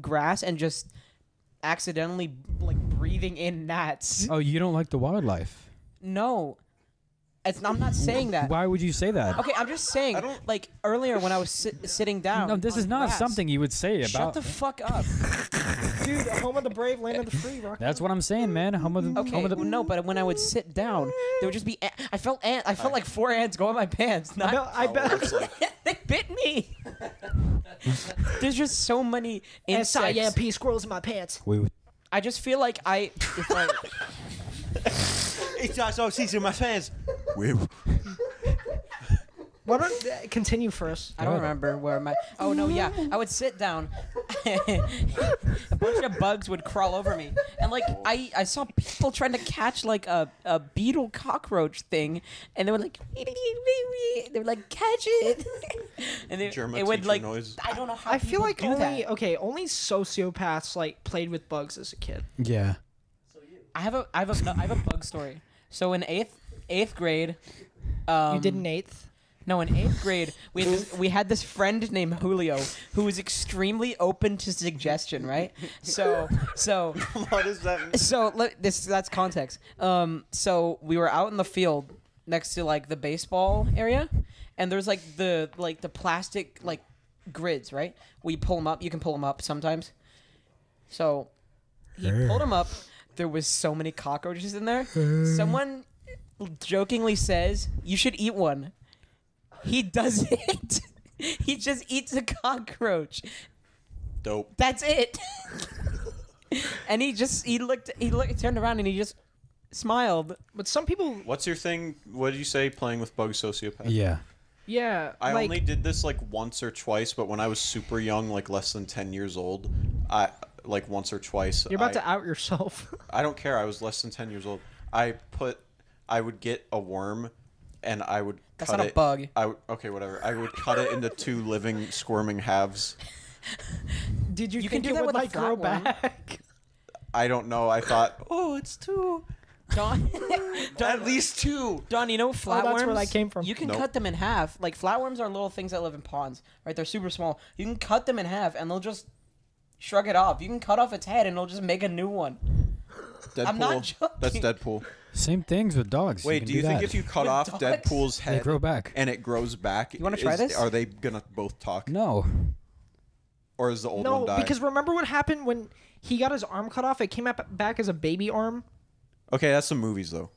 Speaker 2: grass and just accidentally like breathing in gnats.
Speaker 4: Oh, you don't like the wildlife.
Speaker 2: No. It's, I'm not saying that.
Speaker 4: Why would you say that?
Speaker 2: Okay, I'm just saying. Like earlier when I was sit- sitting down.
Speaker 4: No, this
Speaker 2: on
Speaker 4: is not
Speaker 2: grass-
Speaker 4: something you would say about.
Speaker 2: Shut the fuck
Speaker 4: *laughs*
Speaker 2: up.
Speaker 1: Dude, home of the brave, land of the free. Rock.
Speaker 4: That's what I'm saying, man. Home of the,
Speaker 2: Okay,
Speaker 4: home of the
Speaker 2: well, no, but when I would sit down, there would just be. Ant- I felt ant. I felt like four ants go in my pants. Not,
Speaker 1: No, I bet. *laughs*
Speaker 3: It's like,
Speaker 2: they bit me. There's just so many insects.
Speaker 1: SIMP squirrels in my pants.
Speaker 4: We would-
Speaker 2: I just feel like I. If I
Speaker 3: it's just all season my fans. *laughs* Woo.
Speaker 1: Why don't uh, continue first?
Speaker 2: I don't remember where my. Oh no, yeah, I would sit down. *laughs* a bunch of bugs would crawl over me, and like I, I saw people trying to catch like a, a beetle cockroach thing, and they were like, *laughs* they were like catch it, *laughs* and they,
Speaker 3: German
Speaker 2: it would
Speaker 3: teacher
Speaker 2: like.
Speaker 3: noise.
Speaker 2: I don't know how.
Speaker 1: I feel
Speaker 2: people
Speaker 1: like
Speaker 2: do
Speaker 1: only
Speaker 2: that.
Speaker 1: okay, only sociopaths like played with bugs as a kid.
Speaker 4: yeah.
Speaker 2: I have a I have a no, I have a bug story. So in eighth eighth grade, um,
Speaker 1: you did an eighth.
Speaker 2: No, in eighth grade, we had this, we had this friend named Julio who was extremely open to suggestion, right? So, so,
Speaker 3: What does that mean?
Speaker 2: *laughs* so let, this that's context. Um, so we were out in the field next to like the baseball area, and there's like the like the plastic like grids, right? We pull them up. You can pull them up sometimes. So he pulled him up. There was so many cockroaches in there. Someone jokingly says, "You should eat one." He doesn't. *laughs* he just eats a cockroach.
Speaker 3: Dope.
Speaker 2: That's it. *laughs* and he just he looked he looked he turned around and he just smiled.
Speaker 1: But some people
Speaker 3: What's your thing? What did you say? Playing with bugs, sociopath.
Speaker 4: Yeah.
Speaker 1: Yeah.
Speaker 3: I
Speaker 1: like,
Speaker 3: only did this like once or twice, but when I was super young, like less than ten years old, I like once or twice.
Speaker 1: You're about
Speaker 3: I,
Speaker 1: to out yourself. *laughs*
Speaker 3: I don't care. I was less than ten years old. I put. I would get a worm, and I would.
Speaker 2: That's
Speaker 3: cut
Speaker 2: not a
Speaker 3: it-
Speaker 2: bug.
Speaker 3: I would, okay, whatever. I would cut it into two living squirming halves.
Speaker 1: did you,
Speaker 2: You can
Speaker 1: think
Speaker 2: do
Speaker 1: it
Speaker 2: that
Speaker 1: would
Speaker 2: with a
Speaker 1: like grow
Speaker 2: flatworm.
Speaker 1: back?
Speaker 3: I don't know. I thought, oh, it's two.
Speaker 1: *laughs*
Speaker 2: Don,
Speaker 3: At least two.
Speaker 2: Don, you know flatworms.
Speaker 1: Oh, that's where that came from.
Speaker 2: You can
Speaker 3: Nope.
Speaker 2: cut them in half. Like flatworms are little things that live in ponds, right? They're super small. You can cut them in half and they'll just shrug it off. You can cut off its head and it'll just make a new one.
Speaker 3: Deadpool.
Speaker 2: I'm not
Speaker 3: That's
Speaker 2: joking.
Speaker 4: *laughs*
Speaker 3: Deadpool.
Speaker 4: Same things with dogs.
Speaker 3: Wait,
Speaker 4: can
Speaker 3: do you think
Speaker 4: that.
Speaker 3: if you cut
Speaker 2: With
Speaker 3: off
Speaker 2: dogs?
Speaker 3: Deadpool's head,
Speaker 4: grow back.
Speaker 3: and it grows back?
Speaker 2: wanna
Speaker 3: is-
Speaker 2: try this?
Speaker 3: Are they gonna both talk?
Speaker 4: No.
Speaker 3: Or is the old
Speaker 1: *laughs*
Speaker 3: one
Speaker 1: no,
Speaker 3: die?
Speaker 1: because remember what happened when he got his arm cut off? It came up back as a baby arm.
Speaker 3: okay, that's some movies though.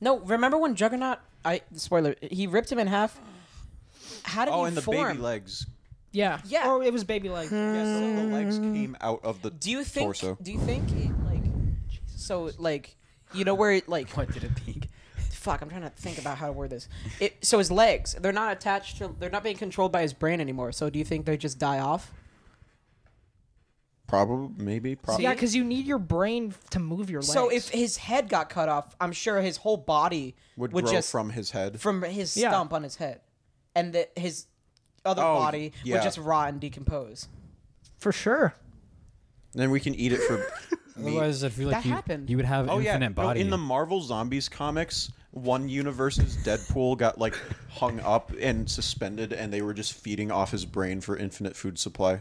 Speaker 2: No, remember when Juggernaut? I spoiler. He ripped him in half. How did
Speaker 3: Oh,
Speaker 2: he
Speaker 3: and the
Speaker 2: form?
Speaker 3: baby legs.
Speaker 1: Yeah.
Speaker 2: Yeah. Hmm.
Speaker 1: Or it was baby leg.
Speaker 3: Yes, the legs came out of the
Speaker 2: Mm. Do you think?
Speaker 3: torso.
Speaker 2: Do you think it, like? So like, you know where it like?
Speaker 4: What did it peak?
Speaker 2: Fuck, I'm trying to think about how to word this. It so his legs, they're not attached to, they're not being controlled by his brain anymore. So do you think they just die off?
Speaker 3: Probably, maybe, probably.
Speaker 1: Yeah, because you need your brain to move your legs.
Speaker 2: So if his head got cut off, I'm sure his whole body
Speaker 3: would,
Speaker 2: would,
Speaker 3: grow
Speaker 2: just
Speaker 3: from his head.
Speaker 2: from his
Speaker 1: Yeah.
Speaker 2: stump on his head, and that his other
Speaker 3: Oh,
Speaker 2: body
Speaker 3: yeah.
Speaker 2: would just rot and decompose.
Speaker 1: for sure.
Speaker 3: then we can eat it for. meat.
Speaker 4: Otherwise, I feel like
Speaker 2: That
Speaker 4: you,
Speaker 2: happened.
Speaker 4: you would have
Speaker 3: *laughs* Oh yeah,
Speaker 4: infinite
Speaker 3: no,
Speaker 4: body.
Speaker 3: in the Marvel Zombies comics, one universe's Deadpool got like hung up and suspended, and they were just feeding off his brain for infinite food supply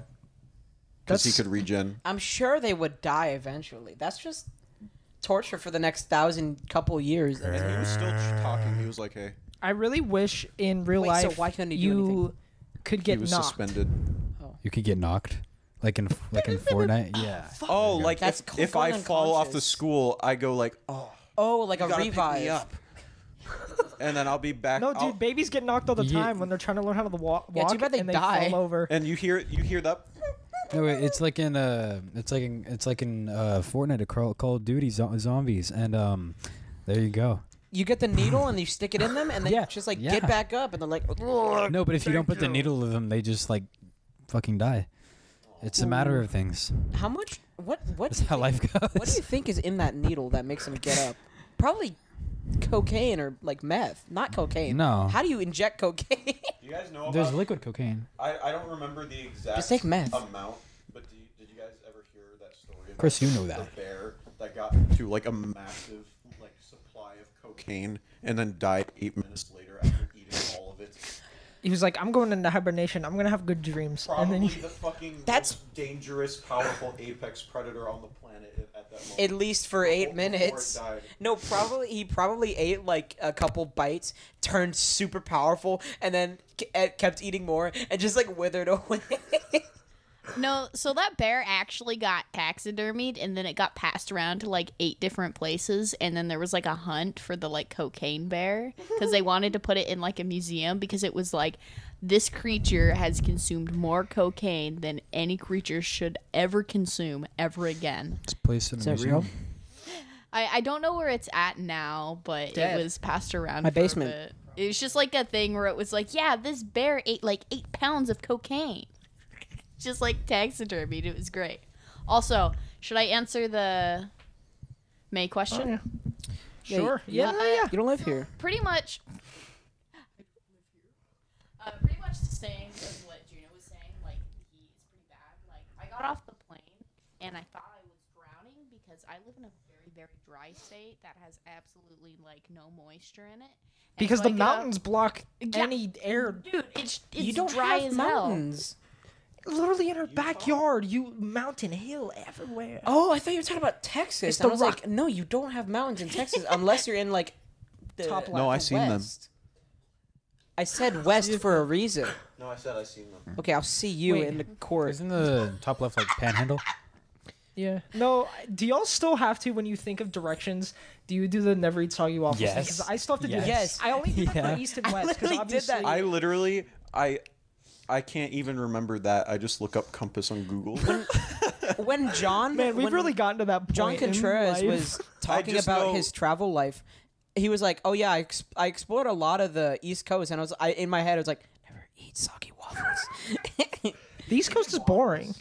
Speaker 3: because he
Speaker 1: That's-
Speaker 3: could regen.
Speaker 2: I'm sure they would die eventually. That's just torture for the next thousand couple years.
Speaker 3: And he was still talking. He was like, "Hey,
Speaker 1: I really wish in real
Speaker 2: Wait, so
Speaker 1: life
Speaker 2: why couldn't he do
Speaker 1: you
Speaker 2: anything?
Speaker 1: could
Speaker 3: he
Speaker 1: get
Speaker 3: was
Speaker 1: knocked.
Speaker 3: suspended."
Speaker 4: you could get knocked, like in like in Fortnite. Yeah.
Speaker 3: Oh, like
Speaker 2: That's
Speaker 3: if,
Speaker 2: called
Speaker 3: if I
Speaker 2: going
Speaker 3: fall off the
Speaker 2: unconscious.
Speaker 3: school, I go like, "Oh,
Speaker 2: Oh, like a
Speaker 3: gotta pick
Speaker 2: revive.
Speaker 3: me up," and then I'll be back.
Speaker 1: No, dude,
Speaker 3: I'll-
Speaker 1: babies get knocked all the
Speaker 4: Yeah.
Speaker 1: time when they're trying to learn how to wa- walk.
Speaker 2: Yeah, too bad they
Speaker 1: and they
Speaker 2: die.
Speaker 1: fall over.
Speaker 3: And you hear you hear that?
Speaker 4: No, wait, it's like in uh, it's like in it's like in uh, Fortnite, a Call, Call of Duty zo- zombies, and um, there you go.
Speaker 2: You get the needle
Speaker 4: *laughs*
Speaker 2: and you stick it in them, and they
Speaker 4: Yeah,
Speaker 2: just like
Speaker 4: yeah.
Speaker 2: get back up, and they're like,
Speaker 4: No, but if you don't put the needle in them, they just like fucking die. It's a matter of things. *laughs*
Speaker 2: "How much? What? What?
Speaker 4: That's
Speaker 2: do you
Speaker 4: how
Speaker 2: think-
Speaker 4: life goes.
Speaker 2: What do you think is in that needle that makes them get up? Probably cocaine or like meth. Not cocaine.
Speaker 4: No.
Speaker 2: How do you inject cocaine? *laughs*
Speaker 3: You guys know
Speaker 4: *laughs* There's liquid cocaine.
Speaker 3: I, I don't remember the exact
Speaker 2: Just take meth.
Speaker 3: amount, but do you, did you guys ever hear that story? Of
Speaker 4: course you know that.
Speaker 3: The bear that got to like a massive like supply of cocaine and then died eight minutes later after eating all of it.
Speaker 1: He was like, I'm going into hibernation. I'm gonna have good dreams.
Speaker 3: Probably
Speaker 1: And then
Speaker 3: the fucking
Speaker 2: That's-
Speaker 3: most dangerous, powerful apex predator on the planet at at that moment.
Speaker 2: At least for eight
Speaker 3: Oh, Before it
Speaker 2: minutes.
Speaker 3: died.
Speaker 2: No, probably he probably ate like a couple bites, turned super powerful, and then k- eh, kept eating more and just like withered *laughs* away.
Speaker 6: No, so that bear actually got taxidermied and then it got passed around to like eight different places and then there was like a hunt for the like
Speaker 2: *laughs*
Speaker 6: cocaine bear cuz they wanted to put it in like a museum because it was like this creature has consumed more cocaine than any creature should ever consume ever again.
Speaker 4: It's placed in a
Speaker 7: that real?
Speaker 6: I, I don't know where it's at now, but
Speaker 2: Dead.
Speaker 6: it was passed around.
Speaker 7: My
Speaker 6: for a
Speaker 7: basement.
Speaker 6: bit. It was just like a thing where it was like, yeah, this bear ate like eight pounds of cocaine, *laughs* just like taxidermied. It was great. Also, should I answer the May question?
Speaker 7: Yeah, you-
Speaker 1: Sure.
Speaker 7: Yeah,
Speaker 6: Yeah.
Speaker 7: You don't live here.
Speaker 6: Pretty much. Uh, pretty much the same as what Juno was saying. Like he is pretty bad. Like I got off the plane and I thought I was drowning because I live in a very very dry state that has absolutely like no moisture in it. And
Speaker 1: because the
Speaker 6: so
Speaker 2: uh,
Speaker 6: I get up-
Speaker 1: mountains block any air.
Speaker 6: dude, it's it's
Speaker 7: you don't
Speaker 6: dry
Speaker 7: have
Speaker 6: as
Speaker 7: mountains.
Speaker 1: Literally in our backyard, you mountain hill everywhere.
Speaker 2: oh, I thought you were talking about Texas.
Speaker 1: It's
Speaker 2: and
Speaker 1: the
Speaker 2: I was
Speaker 1: rock-
Speaker 2: like, no, you don't have mountains in Texas unless you're in like the
Speaker 1: Top
Speaker 3: No, I seen them.
Speaker 2: west. I said west for a reason.
Speaker 3: No, I said I seen them.
Speaker 2: Okay, I'll see you in the court.
Speaker 4: Isn't the top left like panhandle?
Speaker 1: Yeah. No, I- do y'all still have to when you think of directions? Do you do the never eat saw you waffles? thing?
Speaker 4: Yes.
Speaker 1: 'Cause I still have to do
Speaker 4: Yes.
Speaker 1: that.
Speaker 2: Yes.
Speaker 1: I only do that
Speaker 4: Yeah.
Speaker 1: for east and west because
Speaker 2: literally did
Speaker 1: obviously
Speaker 2: that.
Speaker 3: I literally, I, I can't even remember that. I just look up compass on Google.
Speaker 2: When John,
Speaker 1: Man, we've
Speaker 2: when
Speaker 1: really gotten to that point.
Speaker 2: John
Speaker 1: in
Speaker 2: Contreras
Speaker 1: life. *laughs*
Speaker 2: was talking
Speaker 3: just
Speaker 2: about
Speaker 3: know-
Speaker 2: his travel life. He was like, "Oh yeah, I, ex- I explored a lot of the East Coast," and I was, I in my head, I was like, "Never eat soggy waffles." *laughs*
Speaker 1: The East Coast is boring.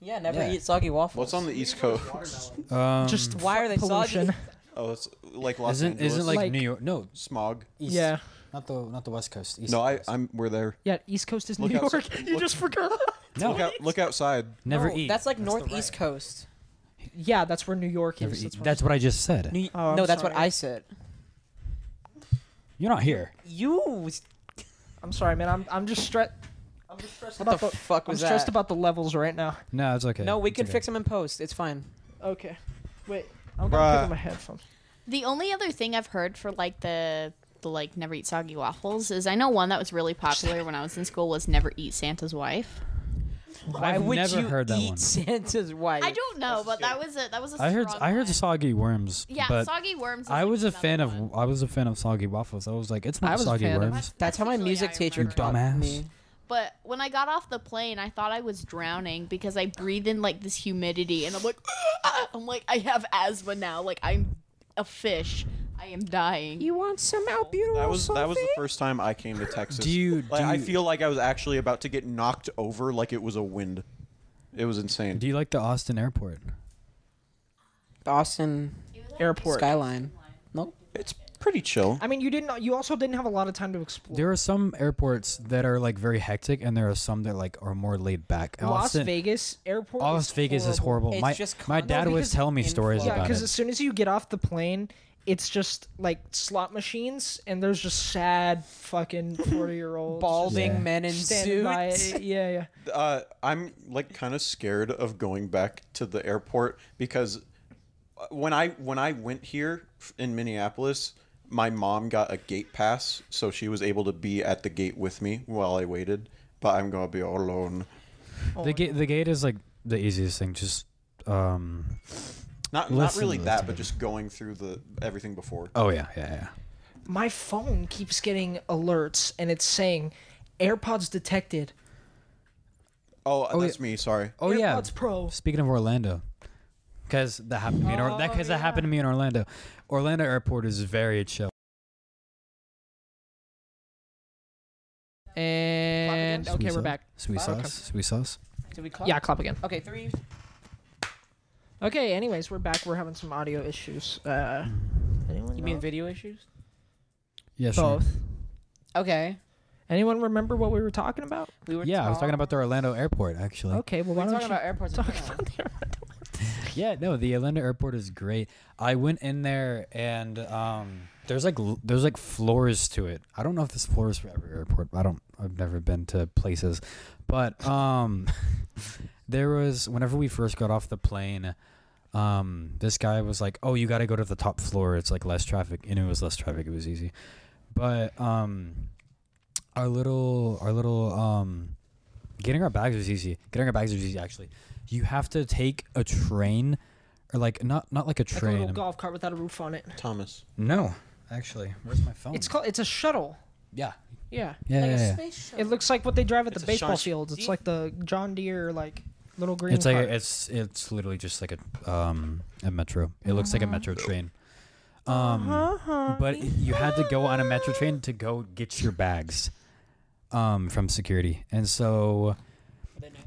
Speaker 2: yeah, never
Speaker 4: Yeah.
Speaker 2: eat soggy waffles.
Speaker 3: What's on the East Coast?
Speaker 4: Um,
Speaker 1: Just
Speaker 2: Why are they
Speaker 1: pollution.
Speaker 2: soggy?
Speaker 3: Oh, it's like Los
Speaker 4: isn't
Speaker 3: Angeles.
Speaker 4: isn't like,
Speaker 1: Like-
Speaker 4: New York? No,
Speaker 3: smog?
Speaker 4: east.
Speaker 1: Yeah.
Speaker 4: not the not the West Coast. East
Speaker 3: No, I,
Speaker 4: coast.
Speaker 3: I'm. We're there.
Speaker 1: Yeah, East Coast is
Speaker 3: Look
Speaker 1: New
Speaker 3: outside-
Speaker 1: York. *laughs* you
Speaker 3: look-
Speaker 1: just forgot.
Speaker 4: no.
Speaker 3: Look out! Look outside.
Speaker 4: Never
Speaker 2: No,
Speaker 4: eat.
Speaker 2: That's like
Speaker 4: the
Speaker 2: northeast
Speaker 4: right.
Speaker 2: coast.
Speaker 1: Yeah, that's where New York
Speaker 4: Never
Speaker 1: is.
Speaker 4: eat.
Speaker 1: That's where-
Speaker 4: That's what I just said.
Speaker 2: New-
Speaker 1: Oh, I'm
Speaker 2: no, that's what
Speaker 1: sorry.
Speaker 2: I said.
Speaker 4: You're not here.
Speaker 2: You.
Speaker 1: I'm sorry, man. I'm I'm just stressed. I'm just stressed
Speaker 2: What the fuck
Speaker 1: I'm
Speaker 2: was
Speaker 1: stressed
Speaker 2: that?
Speaker 1: about the levels right now.
Speaker 4: No, it's okay.
Speaker 2: no, we
Speaker 4: It's
Speaker 2: can
Speaker 4: okay.
Speaker 2: fix them in post. It's fine.
Speaker 1: Okay. Wait. I'm gonna pick
Speaker 3: Bruh.
Speaker 1: up my headphones.
Speaker 6: The only other thing I've heard for like the the like never eat soggy waffles is I know one that was really popular when I was in school was never eat Santa's wife.
Speaker 2: Why
Speaker 4: I've
Speaker 2: would
Speaker 4: never
Speaker 2: you
Speaker 4: heard that
Speaker 2: eat *laughs*
Speaker 4: one.
Speaker 2: Santa's wife?
Speaker 6: I don't know, but that was a that was a
Speaker 4: I heard
Speaker 6: strong
Speaker 4: I heard
Speaker 6: one.
Speaker 4: soggy worms.
Speaker 6: yeah
Speaker 4: but
Speaker 6: soggy worms. is,
Speaker 4: I
Speaker 6: like,
Speaker 4: was a
Speaker 6: another
Speaker 4: fan
Speaker 6: one.
Speaker 4: of I was a fan of soggy waffles. I was like, it's
Speaker 7: I
Speaker 4: not
Speaker 7: was a
Speaker 4: soggy
Speaker 7: fan of-
Speaker 4: worms.
Speaker 2: That's how my
Speaker 6: usually
Speaker 2: music
Speaker 6: I
Speaker 2: teacher
Speaker 6: remember.
Speaker 2: taught
Speaker 4: Dumbass.
Speaker 2: me.
Speaker 6: But when I got off the plane, I thought I was drowning because I breathe in like this humidity, and I'm like, "Ah!" I'm like, I have asthma now. Like I'm a fish. I am dying.
Speaker 7: You want some albuterol?
Speaker 3: That was that was the first time I came to Texas.
Speaker 4: Do you-
Speaker 3: Like,
Speaker 4: do
Speaker 3: I
Speaker 4: you-
Speaker 3: feel like I was actually about to get knocked over, like it was a wind. It was insane.
Speaker 4: Do you like the Austin airport?
Speaker 2: Austin
Speaker 1: Airport.
Speaker 2: skyline. Nope.
Speaker 3: it's pretty chill.
Speaker 1: I mean, you didn't. You also didn't have a lot of time to explore.
Speaker 4: There are some airports that are like very hectic, and there are some that like are more laid back.
Speaker 1: Las
Speaker 4: Austin,
Speaker 1: Vegas airport.
Speaker 4: Las Vegas is horrible.
Speaker 2: It's
Speaker 4: my
Speaker 2: just
Speaker 4: my
Speaker 2: con-
Speaker 4: dad
Speaker 2: No,
Speaker 4: was
Speaker 2: because
Speaker 4: telling me stories
Speaker 1: Yeah,
Speaker 4: about
Speaker 1: because
Speaker 4: it.
Speaker 1: as soon as you get off the plane, it's just like slot machines, and there's just sad *laughs* fucking forty-year-olds
Speaker 2: Balding
Speaker 4: Yeah.
Speaker 2: men in
Speaker 1: standing by
Speaker 2: suits.
Speaker 1: it. Yeah, yeah.
Speaker 3: Uh, I'm like kind of scared of going back to the airport because uh, when I when I went here in Minneapolis, my mom got a gate pass, so she was able to be at the gate with me while I waited. But I'm gonna be all alone.
Speaker 4: The gate the gate is like the easiest thing. Just um.
Speaker 3: Not not
Speaker 4: Listen
Speaker 3: really
Speaker 4: to
Speaker 3: that,
Speaker 4: this.
Speaker 3: but just going through the everything before.
Speaker 4: Oh yeah, yeah, yeah.
Speaker 1: My phone keeps getting alerts, and it's saying AirPods detected.
Speaker 3: Oh, that's me. Sorry.
Speaker 4: Oh yeah.
Speaker 1: AirPods Pro.
Speaker 4: Speaking of Orlando, because that happened to me. In or- that because that happened to me in Orlando. Orlando airport is very chill.
Speaker 1: And
Speaker 4: Sweet
Speaker 1: okay, we're
Speaker 4: sauce?
Speaker 1: back.
Speaker 4: Sweet sauce.
Speaker 1: Okay.
Speaker 4: Sweet sauce.
Speaker 2: Did we clap?
Speaker 1: Yeah, clap again.
Speaker 2: Okay, three.
Speaker 1: Okay, anyways, we're back. We're having some audio issues. Uh, anyone?
Speaker 2: You mean
Speaker 1: know?
Speaker 2: video issues?
Speaker 4: Yeah, sure.
Speaker 1: both?
Speaker 2: Okay.
Speaker 1: Anyone remember what we were talking about?
Speaker 2: We were
Speaker 4: Yeah, I was talking
Speaker 2: talk-
Speaker 4: about the Orlando airport actually.
Speaker 1: Okay, well,
Speaker 2: We
Speaker 1: why
Speaker 2: were
Speaker 1: don't
Speaker 2: talking
Speaker 1: you
Speaker 2: about airports. in
Speaker 1: talk
Speaker 2: general.
Speaker 1: about the airport?
Speaker 4: Yeah, no, the Orlando airport is great. I went in there and um There's like l- there's like floors to it. I don't know if this floor is for every airport. I don't. I've never been to places, but um, there was whenever we first got off the plane, um, this guy was like, "Oh, you got to go to the top floor. It's like less traffic." And it was less traffic. It was easy, but um, our little our little um, getting our bags was easy. Getting our bags was easy actually. You have to take a train, or like not not like a
Speaker 1: Like a
Speaker 4: train.
Speaker 1: little golf cart without a roof on it.
Speaker 3: Thomas.
Speaker 4: no, actually, where's my phone?
Speaker 1: It's called. It's a shuttle.
Speaker 4: yeah.
Speaker 1: Yeah.
Speaker 4: Yeah, yeah, yeah.
Speaker 1: It looks like what they drive at
Speaker 3: It's
Speaker 1: the
Speaker 3: a
Speaker 1: baseball
Speaker 3: shine-
Speaker 1: fields. It's like the John Deere like little green.
Speaker 4: It's like
Speaker 1: cart.
Speaker 4: it's it's literally just like a um a metro. It looks like a metro train.
Speaker 3: Uh-huh,
Speaker 4: Um,
Speaker 7: Uh-huh.
Speaker 4: but you had to go on a
Speaker 2: *laughs*
Speaker 4: metro train to go get your bags, um, from security, and so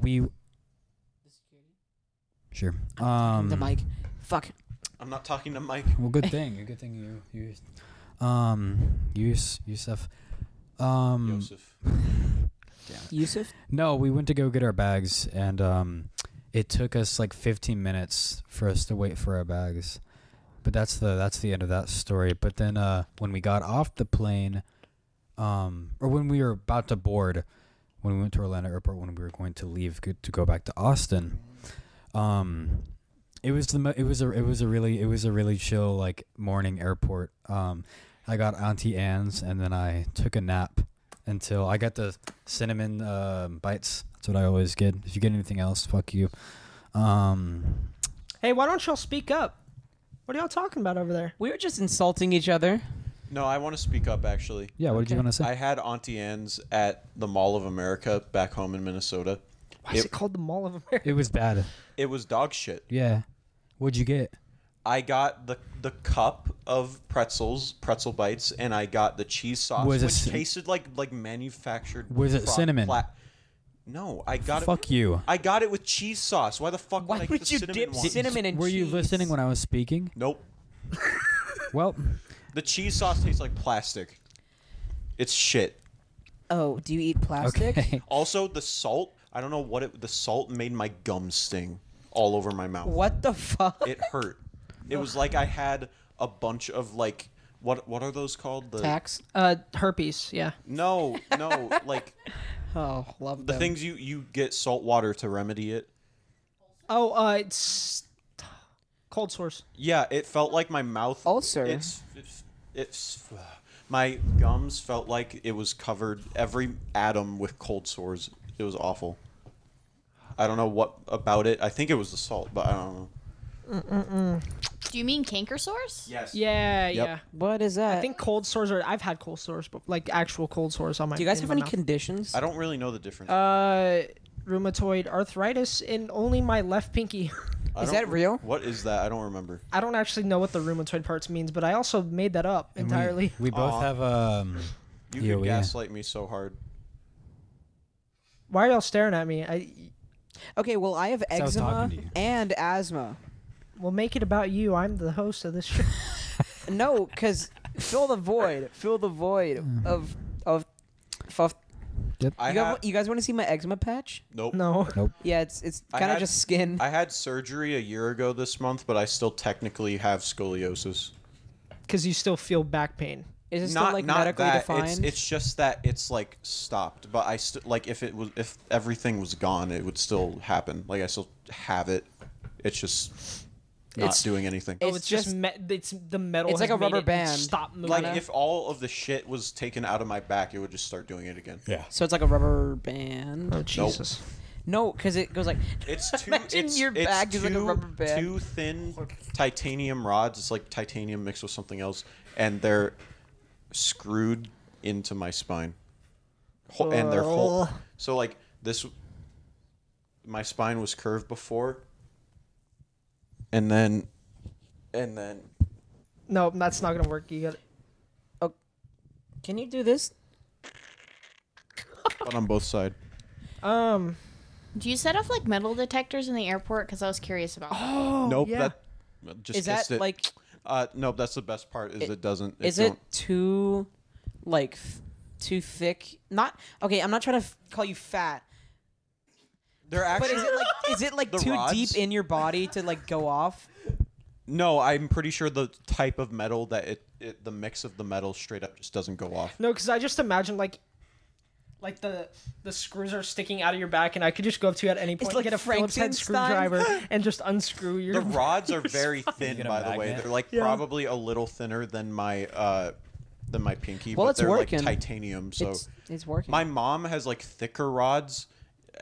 Speaker 4: we. Sure. Um,
Speaker 7: the mic. Fuck.
Speaker 3: I'm not talking to Mike.
Speaker 4: well, good thing. Good thing you you, um, use Yusuf. Um,
Speaker 3: Joseph.
Speaker 7: Yusuf?
Speaker 4: No, we went to go get our bags, and um, it took us like 15 minutes for us to wait for our bags. But that's the that's the end of that story. But then uh, when we got off the plane, um, or when we were about to board, when we went to Orlando Airport, when we were going to leave go- to go back to Austin, um, it was the mo- it was a it was a really it was a really chill like morning airport. Um, I got Auntie Anne's, and then I took a nap until I got the cinnamon um bites. That's what I always get. If you get anything else, fuck you. Um,
Speaker 1: hey, why don't y'all speak up? What are y'all talking about over there?
Speaker 7: We were just insulting each other.
Speaker 3: No, I want to speak up actually.
Speaker 4: yeah, what did you want to say?
Speaker 3: I had Auntie Anne's at the Mall of America back home in Minnesota.
Speaker 1: Why is
Speaker 3: It-
Speaker 1: it called the Mall of America?
Speaker 4: it was bad.
Speaker 3: It was dog shit.
Speaker 4: Yeah. What'd you get?
Speaker 3: I got the the cup of pretzels, pretzel bites, and I got the cheese sauce,
Speaker 4: Was it
Speaker 3: which
Speaker 4: cin-
Speaker 3: tasted like like manufactured.
Speaker 4: Was it
Speaker 3: pro-
Speaker 4: cinnamon?
Speaker 3: no, I got
Speaker 4: Fuck
Speaker 3: it.
Speaker 4: you.
Speaker 3: I got it with cheese sauce. Why the fuck
Speaker 7: Why
Speaker 3: would I get
Speaker 7: would
Speaker 3: the
Speaker 7: you
Speaker 3: cinnamon
Speaker 7: dip
Speaker 3: one?
Speaker 7: cinnamon and
Speaker 4: Were you
Speaker 7: cheese?
Speaker 4: listening when I was speaking?
Speaker 3: Nope.
Speaker 4: Well,
Speaker 3: The cheese sauce tastes like plastic. It's shit.
Speaker 7: Oh, do you eat plastic?
Speaker 3: *laughs*
Speaker 4: okay.
Speaker 3: Also, the salt. I don't know what it. The salt made my gums sting all over my mouth.
Speaker 7: What the fuck?
Speaker 3: It hurt. It was like I had a bunch of like what what are those called? The
Speaker 7: Tax.
Speaker 1: *laughs* Uh, herpes. Yeah.
Speaker 3: no no like
Speaker 7: *laughs* Oh, love
Speaker 3: the
Speaker 7: them.
Speaker 3: things you you get salt water to remedy it.
Speaker 1: Oh, uh, it's cold sores.
Speaker 3: Yeah, it felt like my mouth
Speaker 7: Ulcer.
Speaker 3: It's it's, it's my gums felt like it was covered every atom with cold sores. It was awful. I don't know what about it. I think it was the salt, but I don't know.
Speaker 6: Do you mean canker sores?
Speaker 3: Yes.
Speaker 1: Yeah, yeah.
Speaker 3: Yep.
Speaker 7: What is that?
Speaker 1: I think cold sores are. I've had cold sores, but like actual cold sores on my.
Speaker 7: Do you guys
Speaker 1: in
Speaker 7: have
Speaker 1: my
Speaker 7: any
Speaker 1: mouth.
Speaker 7: conditions?
Speaker 3: I don't really know the difference.
Speaker 1: uh, rheumatoid arthritis in only my left pinky. *laughs*
Speaker 3: I
Speaker 7: is
Speaker 3: don't-
Speaker 7: that real?
Speaker 3: What is that? I don't remember.
Speaker 1: I don't actually know what the rheumatoid parts means, but I also made that up
Speaker 4: And we-
Speaker 1: entirely. *laughs*
Speaker 4: We, both
Speaker 3: Aw.
Speaker 4: have um.
Speaker 3: You
Speaker 4: Yeah,
Speaker 3: could
Speaker 4: we-
Speaker 3: gaslight me so hard.
Speaker 1: Why are y'all staring at me? I
Speaker 7: Okay, well, I have
Speaker 4: I was
Speaker 7: eczema
Speaker 4: talking to you.
Speaker 7: and asthma.
Speaker 1: will make it about you. I'm the host of this show.
Speaker 7: No, because fill the void. Fill the void of of. of
Speaker 3: Hmm. I
Speaker 7: you, guys,
Speaker 3: have,
Speaker 7: you guys want to see my eczema patch?
Speaker 1: *laughs*
Speaker 3: nope.
Speaker 1: No.
Speaker 7: Yeah, it's it's
Speaker 3: I
Speaker 7: kind of
Speaker 3: had-
Speaker 7: just skin.
Speaker 3: I had surgery a year ago this month, but I still technically have scoliosis.
Speaker 1: Because you still feel back pain.
Speaker 7: Is it
Speaker 3: not
Speaker 7: still like
Speaker 3: not
Speaker 7: medically
Speaker 3: that. It's,
Speaker 7: defined?
Speaker 3: it's just that it's like stopped. But I still like if it was if everything was gone, it would still happen. Like I still have it. It's just not
Speaker 1: It's-
Speaker 3: doing anything.
Speaker 1: Oh,
Speaker 7: It's
Speaker 1: it's, just,
Speaker 7: just-
Speaker 1: me- it's the metal.
Speaker 7: it's
Speaker 1: has
Speaker 7: like a
Speaker 1: made
Speaker 7: rubber
Speaker 1: it
Speaker 7: band.
Speaker 1: Stop moving.
Speaker 3: like if all of the shit was taken out of my back, it would just start doing it again.
Speaker 4: Yeah.
Speaker 7: so it's like a rubber band.
Speaker 1: oh Jesus.
Speaker 7: No, because it goes like. *laughs*
Speaker 3: It's too.
Speaker 7: Imagine
Speaker 3: it's,
Speaker 7: your
Speaker 3: it's
Speaker 7: bag is like a
Speaker 3: two-
Speaker 7: rubber band.
Speaker 3: Two thin titanium rods. It's like titanium mixed with something else, and they're screwed into my spine. Ho- and they're whole. So like this, my spine was curved before, and then, and then
Speaker 1: No, that's not gonna work. You got.
Speaker 7: Can you do this?
Speaker 3: but on both sides.
Speaker 1: Um.
Speaker 6: Do you set off like metal detectors in the airport? Because I was curious about. that.
Speaker 3: nope.
Speaker 1: yeah.
Speaker 3: That just
Speaker 7: Oh, is that
Speaker 3: kissed it.
Speaker 7: like?
Speaker 3: Uh, nope. That's the best part. Is it, doesn't. It
Speaker 7: Is it
Speaker 3: don't-
Speaker 7: too, like, f- too thick? Not okay. I'm not trying to f- call you fat,
Speaker 3: They're
Speaker 7: but
Speaker 3: actually.
Speaker 7: is it like? Is it like
Speaker 3: *laughs* The
Speaker 7: too deep
Speaker 3: rods?
Speaker 7: in your body to like go off?
Speaker 3: No, I'm pretty sure the type of metal that it, it the mix of the metal straight up just doesn't go off.
Speaker 1: No, because I just imagine like, like the the screws are sticking out of your back, and I could just go up to you at any point,
Speaker 2: like
Speaker 1: get a Phillips head
Speaker 2: Frankenstein.
Speaker 1: screwdriver, and just unscrew your.
Speaker 3: The rods
Speaker 4: *laughs*
Speaker 3: are very thin,
Speaker 4: get a
Speaker 3: by the way.
Speaker 4: magnet?
Speaker 3: They're like probably a little thinner than my uh, than my pinky,
Speaker 7: Well,
Speaker 3: but
Speaker 7: it's
Speaker 3: they're
Speaker 7: working.
Speaker 3: like titanium. So
Speaker 7: It's, it's working.
Speaker 3: my mom has like thicker rods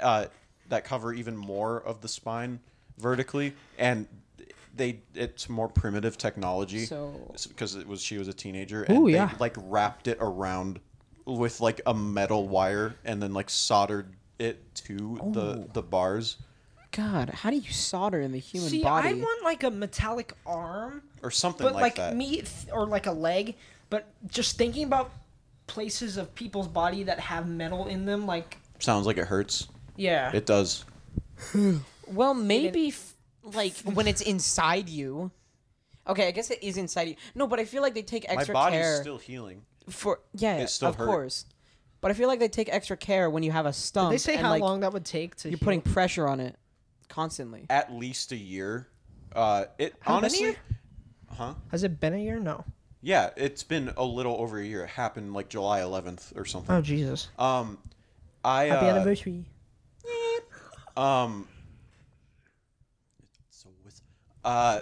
Speaker 3: uh, that cover even more of the spine vertically, and they it's more primitive technology.
Speaker 7: So-
Speaker 3: because it was she was a teenager, and
Speaker 7: Ooh,
Speaker 3: they
Speaker 7: yeah.
Speaker 3: like wrapped it around with like a metal wire, and then like soldered it to the the bars
Speaker 7: God, how do you solder in the human
Speaker 1: See,
Speaker 7: body?
Speaker 1: I want like a metallic arm,
Speaker 3: or something
Speaker 1: but
Speaker 3: like,
Speaker 1: like,
Speaker 3: that.
Speaker 1: me th- or like a leg. But just thinking about places of people's body that have metal in them, like
Speaker 3: Sounds like it hurts.
Speaker 1: yeah,
Speaker 3: It does.
Speaker 7: well, maybe
Speaker 1: *laughs*
Speaker 7: f-
Speaker 2: like when it's inside you. Okay, I guess it is inside you. No, but I feel like they take
Speaker 3: My
Speaker 2: extra
Speaker 3: body's
Speaker 2: care
Speaker 3: still healing.
Speaker 2: for yeah,
Speaker 3: it still
Speaker 2: of
Speaker 3: hurt.
Speaker 2: course. But I feel like they take extra care when you have a stump.
Speaker 1: they say
Speaker 2: and,
Speaker 1: how
Speaker 2: like,
Speaker 1: long that would take to.
Speaker 2: you're
Speaker 1: heal.
Speaker 2: putting pressure on it constantly.
Speaker 3: At least a year. Uh, it
Speaker 1: How many
Speaker 3: honestly,
Speaker 1: year? Has it been a year? No.
Speaker 3: yeah, it's been a little over a year. It happened like July 11th or something.
Speaker 1: Oh Jesus!
Speaker 3: Um, I
Speaker 1: Happy
Speaker 3: uh,
Speaker 1: anniversary.
Speaker 3: Um. So was uh.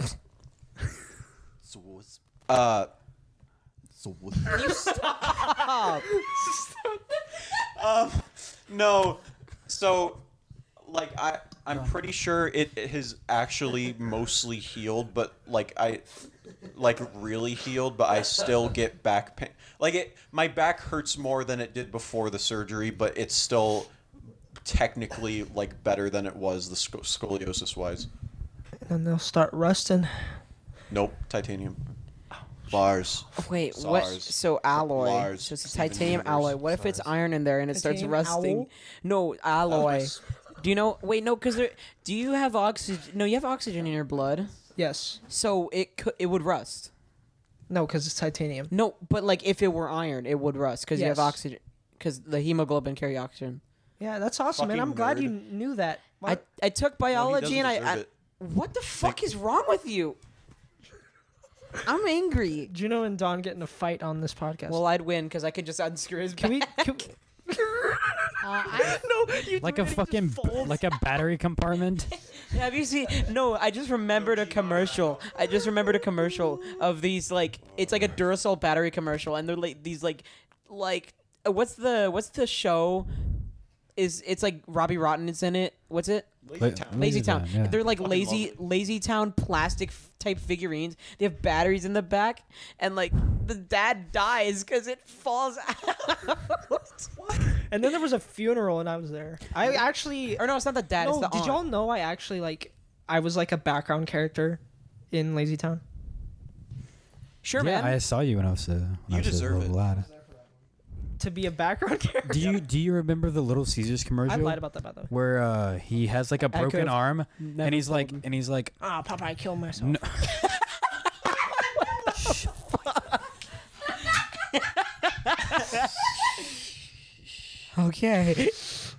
Speaker 3: so was uh. So was. You stop. *laughs* um. No. So, like I, I'm pretty sure it, it has actually mostly healed, but like I, like really healed, but I still get back pain. Like it, my back hurts more than it did before the surgery, but it's still technically like better than it was the sc- scoliosis wise.
Speaker 1: Then they'll start rusting.
Speaker 3: Nope, titanium. Bars.
Speaker 2: Wait, what?
Speaker 3: SARS.
Speaker 2: So alloy.
Speaker 3: Lars,
Speaker 2: so it's a
Speaker 3: Steven
Speaker 2: titanium
Speaker 3: Universe,
Speaker 2: alloy. What if it's
Speaker 3: SARS.
Speaker 2: iron in there and it starts
Speaker 1: Titanium
Speaker 2: rusting?
Speaker 1: owl?
Speaker 2: No, alloy.
Speaker 3: Alloys.
Speaker 2: Do you know? Wait, no, because there.
Speaker 7: do you have oxygen? No, you have oxygen in your blood,
Speaker 1: Yes.
Speaker 2: So it could, it would rust.
Speaker 1: No, because it's titanium.
Speaker 2: No, but like if it were iron, it would rust because you have
Speaker 1: Yes.
Speaker 2: oxygen. Because the hemoglobin carry oxygen.
Speaker 1: Yeah, that's awesome, man.
Speaker 3: Fucking
Speaker 1: I'm glad you
Speaker 3: nerd.
Speaker 1: knew that.
Speaker 2: I, I took biology
Speaker 3: doesn't
Speaker 2: and I, I
Speaker 3: deserve
Speaker 2: what the fuck is wrong with you? I'm angry.
Speaker 1: Juno and Don get in a fight on this podcast.
Speaker 2: Well, I'd win because I could just unscrew
Speaker 1: *laughs*
Speaker 2: his
Speaker 1: can we?
Speaker 2: back.
Speaker 1: Can we... no, you
Speaker 4: Like
Speaker 1: do it, it
Speaker 4: a
Speaker 1: just
Speaker 4: fucking b-
Speaker 1: folds.
Speaker 4: like a battery compartment.
Speaker 2: Have you seen? No, I just remembered a commercial. I just remembered a commercial of these like it's like a Duracell battery commercial, and they're like these like like uh, what's the what's the show? Is it's like Robbie Rotten is in it? What's it? Lazy Town.
Speaker 4: yeah.
Speaker 2: They're like
Speaker 3: Fucking
Speaker 2: lazy,
Speaker 3: love it.
Speaker 2: lazy town plastic f- type figurines. They have batteries in the back, and like the dad dies because it falls out.
Speaker 1: And then there was a funeral, and I was there. I actually.
Speaker 2: or no, it's not the dad.
Speaker 1: no,
Speaker 2: it's the
Speaker 1: did
Speaker 2: aunt.
Speaker 1: y'all know I actually like? I was like a background character in Lazy Town.
Speaker 2: Sure,
Speaker 4: Yeah,
Speaker 2: man.
Speaker 4: I saw you when I was uh, when I
Speaker 3: You
Speaker 4: was a
Speaker 3: deserve
Speaker 4: little
Speaker 3: it.
Speaker 4: lad.
Speaker 1: To be a background *laughs* character.
Speaker 4: Do you do you remember the Little Caesars commercial?
Speaker 1: I lied about that by the way.
Speaker 4: where uh, he has like a broken
Speaker 2: could've
Speaker 4: arm
Speaker 2: never
Speaker 4: and he's
Speaker 2: told
Speaker 4: like
Speaker 2: him.
Speaker 4: and he's like
Speaker 1: Ah, Popeye I killed myself.
Speaker 4: No.
Speaker 1: okay.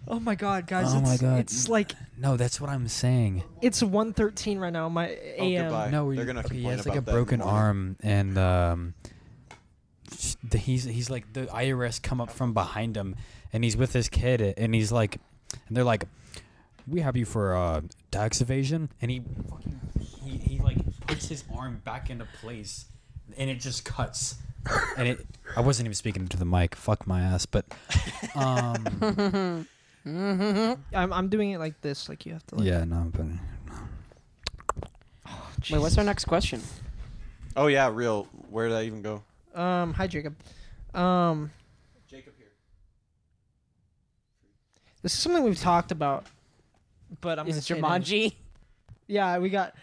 Speaker 1: Oh my god, guys!
Speaker 4: Oh
Speaker 1: it's,
Speaker 4: my God.
Speaker 1: It's like
Speaker 4: no that's what I'm saying
Speaker 1: it's 1.13 right now. My
Speaker 3: Oh,
Speaker 1: a.m.
Speaker 3: goodbye.
Speaker 4: no
Speaker 3: they're
Speaker 4: you-
Speaker 3: gonna
Speaker 4: okay, he
Speaker 3: complain
Speaker 4: has
Speaker 3: about
Speaker 4: like
Speaker 3: that
Speaker 4: a
Speaker 3: in the
Speaker 4: broken
Speaker 3: morning.
Speaker 4: arm and um sh- the, he's he's like the IRS come up from behind him and he's with his kid and he's like and they're like we have you for uh, tax evasion and he fucking he, he like puts his arm back into place and it just cuts and it I wasn't even speaking to the mic fuck my ass but um.
Speaker 3: *laughs*
Speaker 1: I'm, I'm doing it like this. Like you have to. Like,
Speaker 4: Yeah, no, but
Speaker 7: Wait, what's our next question?
Speaker 3: Oh yeah, real. Where did I even go?
Speaker 1: Um. Hi, Jacob. Um.
Speaker 3: Jacob here.
Speaker 1: This is something we've talked about, but I'm
Speaker 2: is
Speaker 1: gonna
Speaker 2: it
Speaker 1: say it anyway.
Speaker 2: Jumanji? *laughs*
Speaker 1: Yeah, we got.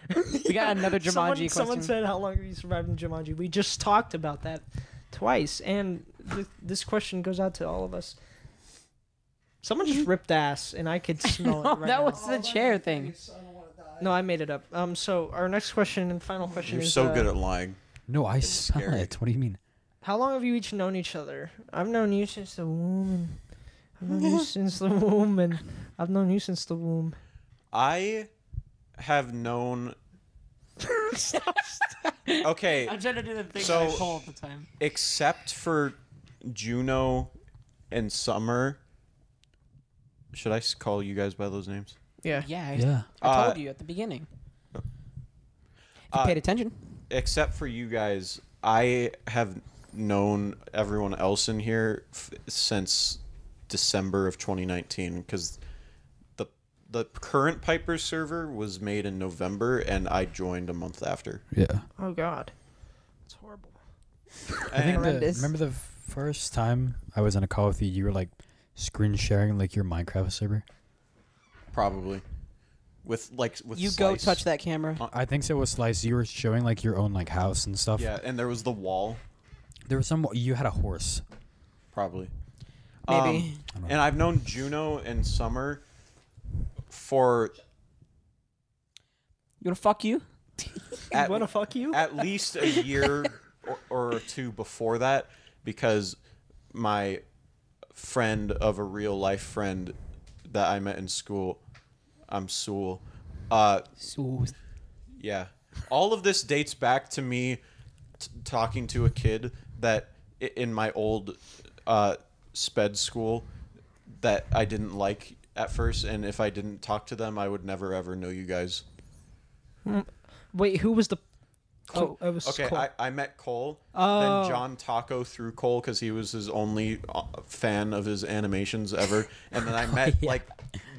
Speaker 2: We got another Jumanji
Speaker 1: *laughs* someone,
Speaker 2: question.
Speaker 1: Someone said, "How long have you survived in Jumanji?" We just talked about that twice, and th- this question goes out to all of us. Someone just ripped ass, and I
Speaker 7: *laughs*
Speaker 1: could
Speaker 2: *laughs*
Speaker 1: smell
Speaker 7: Mm-hmm. No,
Speaker 2: Oh,
Speaker 1: it right
Speaker 7: that
Speaker 1: now.
Speaker 7: was
Speaker 3: Oh,
Speaker 7: the chair thing.
Speaker 1: No, I made it up. Um. So our next question and final question
Speaker 3: You're
Speaker 1: is:
Speaker 3: so
Speaker 1: uh,
Speaker 3: good at lying.
Speaker 4: no, I smell
Speaker 3: scary.
Speaker 4: it. What do you mean?
Speaker 1: How long have you each known each other? I've known you since the womb. And I've known you *laughs* since the womb, and I've known you since the womb.
Speaker 2: *laughs*
Speaker 3: I have known Okay.
Speaker 7: I'm trying to do the thing
Speaker 3: So-
Speaker 7: that I pull all the time.
Speaker 3: except for Juno and Summer. Should I s- call you guys by those names?
Speaker 1: Yeah.
Speaker 7: Yeah, I,
Speaker 4: Yeah.
Speaker 7: I told
Speaker 3: Uh,
Speaker 7: you at the beginning. If you
Speaker 3: Uh,
Speaker 7: paid attention.
Speaker 3: Except for you guys, I have known everyone else in here f- since December of 2019 because the the current Piper server was made in November and I joined a month after.
Speaker 4: Yeah.
Speaker 1: Oh God, it's horrible.
Speaker 4: I think the,
Speaker 2: Horrendous.
Speaker 4: remember the first time I was on a call with you, you were like screen sharing like your Minecraft server.
Speaker 3: Probably with like with
Speaker 2: You go
Speaker 3: Slice.
Speaker 2: touch that camera.
Speaker 3: Uh,
Speaker 4: I think so with Slice, you were showing like your own like house and stuff.
Speaker 3: Yeah, and there was the wall.
Speaker 4: There was some you had a horse.
Speaker 3: Probably.
Speaker 2: Maybe.
Speaker 3: Um, and I've known Juno and Summer for
Speaker 2: You wanna fuck you?
Speaker 3: at,
Speaker 1: Wanna fuck you?
Speaker 3: at least a year or, or two before that because my friend of a real life friend that I met in school, I'm Sewell. Uh, Yeah. All of this dates back to me t- talking to a kid that i- in my old uh, sped school that I didn't like at first, and if I didn't talk to them, I would never ever know you guys.
Speaker 1: Wait, who was the? Oh, it was
Speaker 3: Okay,
Speaker 1: Cole. Oh.
Speaker 3: I, I met Cole, then John Taco through Cole because he was his only uh, fan of his
Speaker 1: *laughs*
Speaker 3: animations ever, and then I
Speaker 1: Oh,
Speaker 3: met like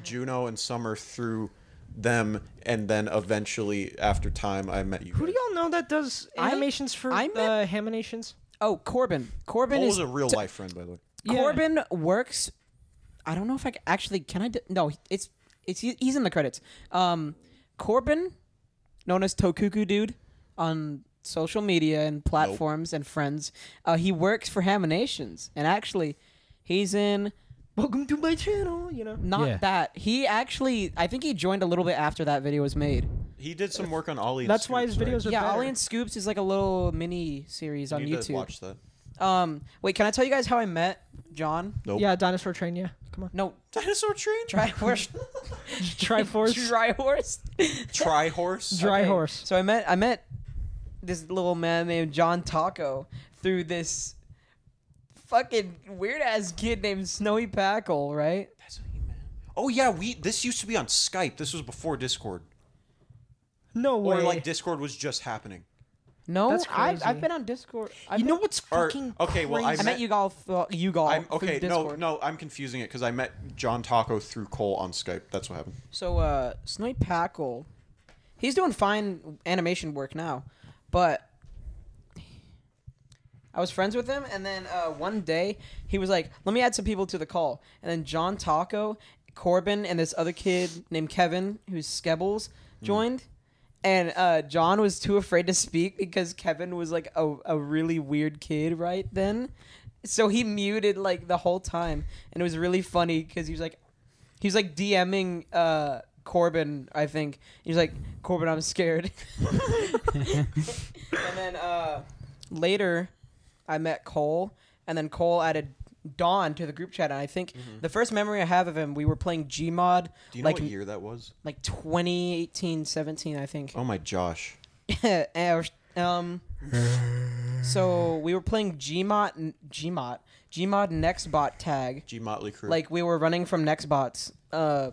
Speaker 3: Juno and Summer through them, and then eventually after time I met you.
Speaker 1: who do
Speaker 3: guys.
Speaker 1: y'all know that does
Speaker 2: I-
Speaker 1: animations for
Speaker 2: I
Speaker 1: the
Speaker 2: met-
Speaker 1: Haminations?
Speaker 2: Oh, Corbin. Corbin
Speaker 3: Cole
Speaker 2: is
Speaker 3: was a real life friend, by the way.
Speaker 1: Yeah.
Speaker 2: Corbin works. I don't know if I c- actually can I d- no it's it's he- he's in the credits. Um, Corbin, known as Tokuku Dude on social media and platforms and friends, uh, he works for Haminations and actually he's in
Speaker 1: Welcome to my channel. You know.
Speaker 2: not
Speaker 4: Yeah.
Speaker 2: that he actually I think he joined a little bit after that video was made.
Speaker 3: He did some work on Ollie. and
Speaker 1: That's why his
Speaker 3: Scoops, right?
Speaker 1: videos are
Speaker 2: yeah,
Speaker 1: better.
Speaker 2: Ollie and Scoops is like a little mini series on
Speaker 3: You need
Speaker 2: YouTube.
Speaker 3: to
Speaker 1: *laughs*
Speaker 3: watch that.
Speaker 2: Um, wait, can I tell you guys how I met John?
Speaker 3: Nope.
Speaker 1: Yeah, dinosaur train. Yeah, *laughs* come on.
Speaker 2: No,
Speaker 3: Dinosaur train? *laughs*
Speaker 2: try horse.
Speaker 1: Triforce,
Speaker 2: Try horse.
Speaker 3: Try horse.
Speaker 1: dry
Speaker 2: Okay,
Speaker 1: horse.
Speaker 2: So I met I met this little man named John Taco through this fucking weird ass kid named Snowy Packle, right?
Speaker 3: Oh yeah, we. This used to be on Skype. This was before Discord,
Speaker 1: No way.
Speaker 3: or like Discord was just happening.
Speaker 2: No,
Speaker 1: That's
Speaker 2: I've,
Speaker 1: crazy.
Speaker 2: I've been on Discord. I've
Speaker 1: you know what's
Speaker 3: Or-
Speaker 1: fucking
Speaker 3: okay, well, I
Speaker 1: crazy?
Speaker 2: I met
Speaker 3: met-
Speaker 2: you golf. You golf.
Speaker 3: I'm okay. No, no, I'm confusing it because I met John Taco through Cole on Skype. That's what happened.
Speaker 2: So uh, Snowy Packle, he's doing fine animation work now, but I was friends with him, and then uh, one day he was like, "Let me add some people to the call," and then John Taco, Corbin, and this other kid named Kevin, who's Skebbles, joined. And uh, John was too afraid to speak because Kevin was like a, a really weird kid right then. So he muted like the whole time. And it was really funny because he was like, he was like DMing uh, Corbin, I think. He was like, Corbin, I'm scared. *laughs* and then uh, later, I met Cole, and then Cole added Dawn to the group chat. And I think the first memory I have of him, we were playing Gmod,
Speaker 3: Mm-hmm. Do you know
Speaker 2: like
Speaker 3: what year that was?
Speaker 2: like 2018, 17, I think.
Speaker 3: Oh my Josh.
Speaker 2: *coughs* Our- um, so we were playing Gmod, Gmod, Gmod Nextbot tag.
Speaker 3: G Motley Crew.
Speaker 2: Like we were running from Nextbots. Uh,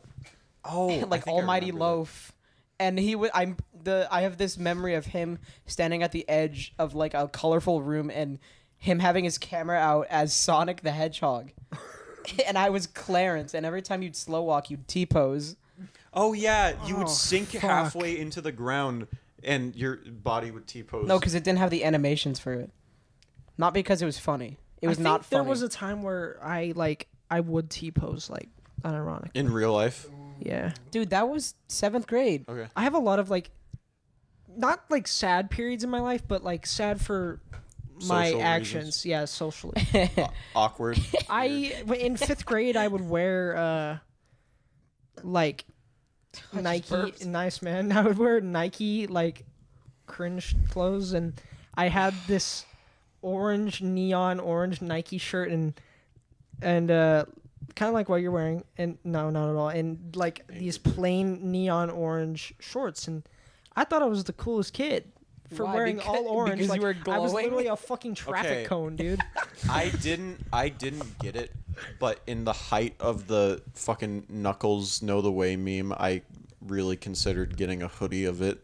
Speaker 3: oh, I
Speaker 2: *laughs* like
Speaker 3: think I
Speaker 2: Almighty
Speaker 3: remember that.
Speaker 2: Loaf. And he would. I'm the. I have this memory of him standing at the edge of like a colorful room and him having his camera out as Sonic the Hedgehog. *laughs* and I was Clarence. And every time you'd slow walk, you'd T pose.
Speaker 3: Oh yeah, you would sink halfway into the ground and your body would T pose.
Speaker 2: No, because it didn't have the animations for it. Not because it was funny. It
Speaker 1: I
Speaker 2: was
Speaker 1: think
Speaker 2: not funny.
Speaker 1: There was a time where I like I would T pose like unironic.
Speaker 3: in real life.
Speaker 1: Yeah.
Speaker 2: dude. That was seventh grade.
Speaker 3: Okay.
Speaker 1: I have a lot of like not like sad periods in my life, but like sad for my
Speaker 3: Social
Speaker 1: actions.
Speaker 3: reasons.
Speaker 1: Yeah, *laughs* socially.
Speaker 3: Awkward.
Speaker 2: *laughs*
Speaker 1: I w- in fifth grade I would wear uh like Nike
Speaker 2: burped.
Speaker 1: nice man. *laughs* I would wear Nike like cringe clothes and I had this orange neon orange Nike shirt and and uh kind of like what you're wearing and no not at all and like these plain neon orange shorts and I thought I was the coolest kid for
Speaker 2: Why?
Speaker 1: wearing
Speaker 2: Because-
Speaker 1: all orange.
Speaker 2: because you
Speaker 1: Like,
Speaker 2: were
Speaker 1: I was
Speaker 2: glowing?
Speaker 1: literally a fucking traffic
Speaker 3: Okay.
Speaker 1: cone,
Speaker 2: *laughs*
Speaker 1: dude.
Speaker 3: I didn't I didn't get it, but in the height of the fucking Knuckles Know the Way meme, I really considered getting a hoodie of it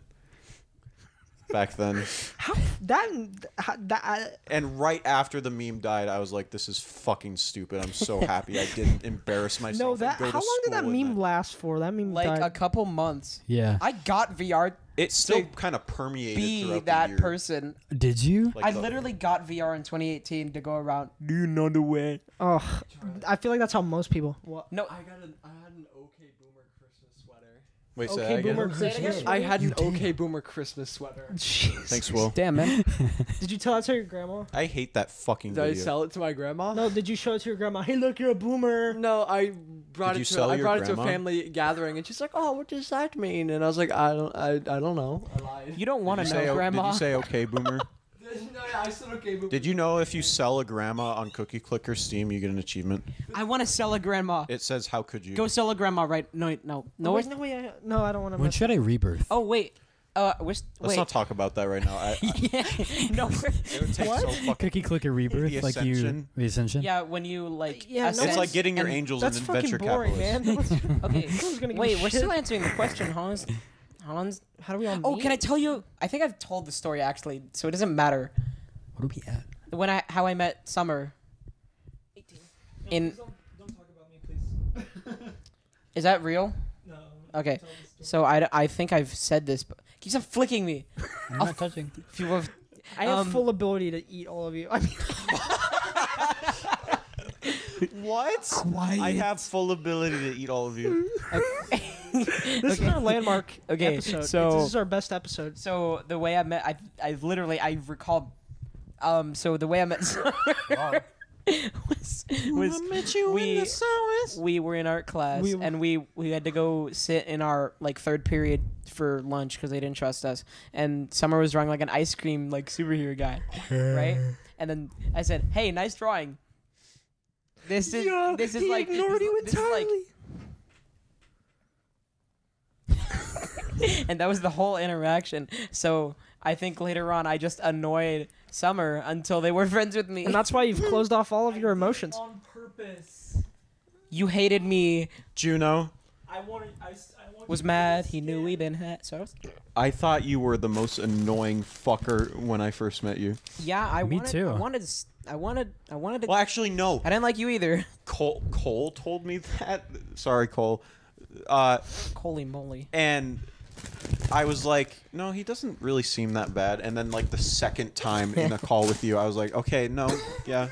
Speaker 3: back then.
Speaker 1: How that how- that I,
Speaker 3: And right after the meme died, I was like, this is fucking stupid.
Speaker 1: *laughs*
Speaker 3: I'm so happy I didn't embarrass myself.
Speaker 1: no
Speaker 3: and
Speaker 1: that
Speaker 3: go to
Speaker 1: how long did
Speaker 3: school
Speaker 1: that
Speaker 3: in
Speaker 1: meme last for? That meme
Speaker 2: like
Speaker 1: died.
Speaker 2: a couple months.
Speaker 4: Yeah.
Speaker 2: I got VR
Speaker 3: It still
Speaker 2: to
Speaker 3: kind of permeated
Speaker 2: be
Speaker 3: throughout the
Speaker 2: that
Speaker 3: year.
Speaker 2: person.
Speaker 4: Did you?
Speaker 3: Like
Speaker 2: I
Speaker 3: the-
Speaker 2: literally got VR in 2018 to go around. Do you know the way?
Speaker 1: oh, I feel like that's how most people. What?
Speaker 2: No,
Speaker 8: I got an I had an OK Boomer Christmas sweater.
Speaker 3: Wait, say
Speaker 1: Okay,
Speaker 3: that again.
Speaker 1: boomer Christmas.
Speaker 8: I had an OK Boomer Christmas sweater.
Speaker 1: *laughs* Jeez.
Speaker 3: Thanks, Will.
Speaker 2: damn
Speaker 3: *laughs*
Speaker 2: man.
Speaker 1: Did you tell that to your grandma?
Speaker 3: I hate that fucking
Speaker 8: Did I
Speaker 3: video.
Speaker 8: sell it to my grandma?
Speaker 1: No, did you show it to your grandma? Hey, look, you're a boomer.
Speaker 8: No, I brought
Speaker 3: Did you
Speaker 8: it to
Speaker 3: sell
Speaker 8: I
Speaker 3: your
Speaker 8: brought it to
Speaker 3: grandma?
Speaker 8: a family gathering, and she's like, "Oh, what does that mean?" And I was like, "I don't, I, I don't know." I lied. *laughs*
Speaker 2: You don't want
Speaker 3: Did you
Speaker 2: to
Speaker 3: say
Speaker 2: know,
Speaker 3: o- Did
Speaker 2: Grandma.
Speaker 3: you say okay, boomer? *laughs*
Speaker 8: no, yeah, I said okay, but
Speaker 3: did you know if you sell a grandma on Cookie Clicker Steam, you get an achievement?
Speaker 2: I want to sell a grandma.
Speaker 3: It says, how could you?
Speaker 2: Go sell a grandma right? No, no, Oh, no.
Speaker 1: No,
Speaker 2: it's-
Speaker 1: wait, no, wait, I, no, I don't want to.
Speaker 4: When should I rebirth?
Speaker 2: Oh wait. Uh, we're, s-
Speaker 3: Let's
Speaker 2: wait.
Speaker 3: not talk about that right now. I, I,
Speaker 2: yeah, *laughs* no. we're-
Speaker 3: it would take so fucking.
Speaker 4: Cookie clicker rebirth,
Speaker 3: The
Speaker 4: like you
Speaker 3: Ascension.
Speaker 4: the ascension.
Speaker 2: yeah, when you like.
Speaker 1: Yeah, no
Speaker 2: ascend-
Speaker 3: It's like getting your
Speaker 2: and-
Speaker 3: angels
Speaker 1: That's
Speaker 3: in
Speaker 1: fucking
Speaker 3: venture
Speaker 1: boring,
Speaker 3: capitalism.
Speaker 1: man.
Speaker 3: *laughs*
Speaker 2: Okay.
Speaker 1: Who's gonna give a
Speaker 2: Wait, we're
Speaker 1: shit?
Speaker 2: still answering the question, Hans. Hans.
Speaker 1: How do we all?
Speaker 2: Oh, can I
Speaker 1: meet?
Speaker 2: tell you? I think I've told the story actually, so it doesn't matter.
Speaker 4: What are we at?
Speaker 2: When I how I met Summer. In *laughs* is that real? No. Okay. So I, I think I've said this, but keeps on flicking me.
Speaker 4: I'm not touching.
Speaker 2: If you have,
Speaker 1: I have
Speaker 2: um,
Speaker 1: full ability to eat all of you. I mean,
Speaker 3: What? *laughs* I have full ability to eat all of you.
Speaker 1: this is our landmark
Speaker 2: *laughs* Okay,
Speaker 1: episode.
Speaker 2: so-
Speaker 1: this is our best episode.
Speaker 2: so the way I met, I I literally I recall, um. So the way I met *laughs* Summer was was we we were in art class
Speaker 1: We-
Speaker 2: and we we had to go sit in our like third period for lunch because they didn't trust us. And Summer was drawing like an ice cream like
Speaker 1: *laughs*
Speaker 2: superhero guy, right? And then I said, "Hey, nice drawing." This is this is
Speaker 1: he
Speaker 2: like
Speaker 1: ignored
Speaker 2: this,
Speaker 1: you
Speaker 2: this is like-
Speaker 1: entirely.
Speaker 2: *laughs* and that was the whole interaction. So I think later on I just annoyed Summer until they were *laughs* friends with me.
Speaker 1: and that's why you've closed off all of your emotions.
Speaker 8: on purpose.
Speaker 2: you hated me,
Speaker 3: Juno,
Speaker 8: I wanted, I, I wanted.
Speaker 2: was mad, he knew we been had. So I was,
Speaker 3: I thought you were the most annoying fucker when I first met you.
Speaker 2: yeah, I
Speaker 4: Me
Speaker 2: wanted,
Speaker 4: too.
Speaker 2: I wanted, to s- I wanted, I wanted to.
Speaker 3: Well, actually, no.
Speaker 2: I didn't like you either. *laughs*
Speaker 3: Cole, Cole told me that. Sorry, Cole. Uh,
Speaker 2: Holy moly!
Speaker 3: and I was like, no, he doesn't really seem that bad. And then, like, the second time in *laughs* a call with you, I was like, okay, no, yeah.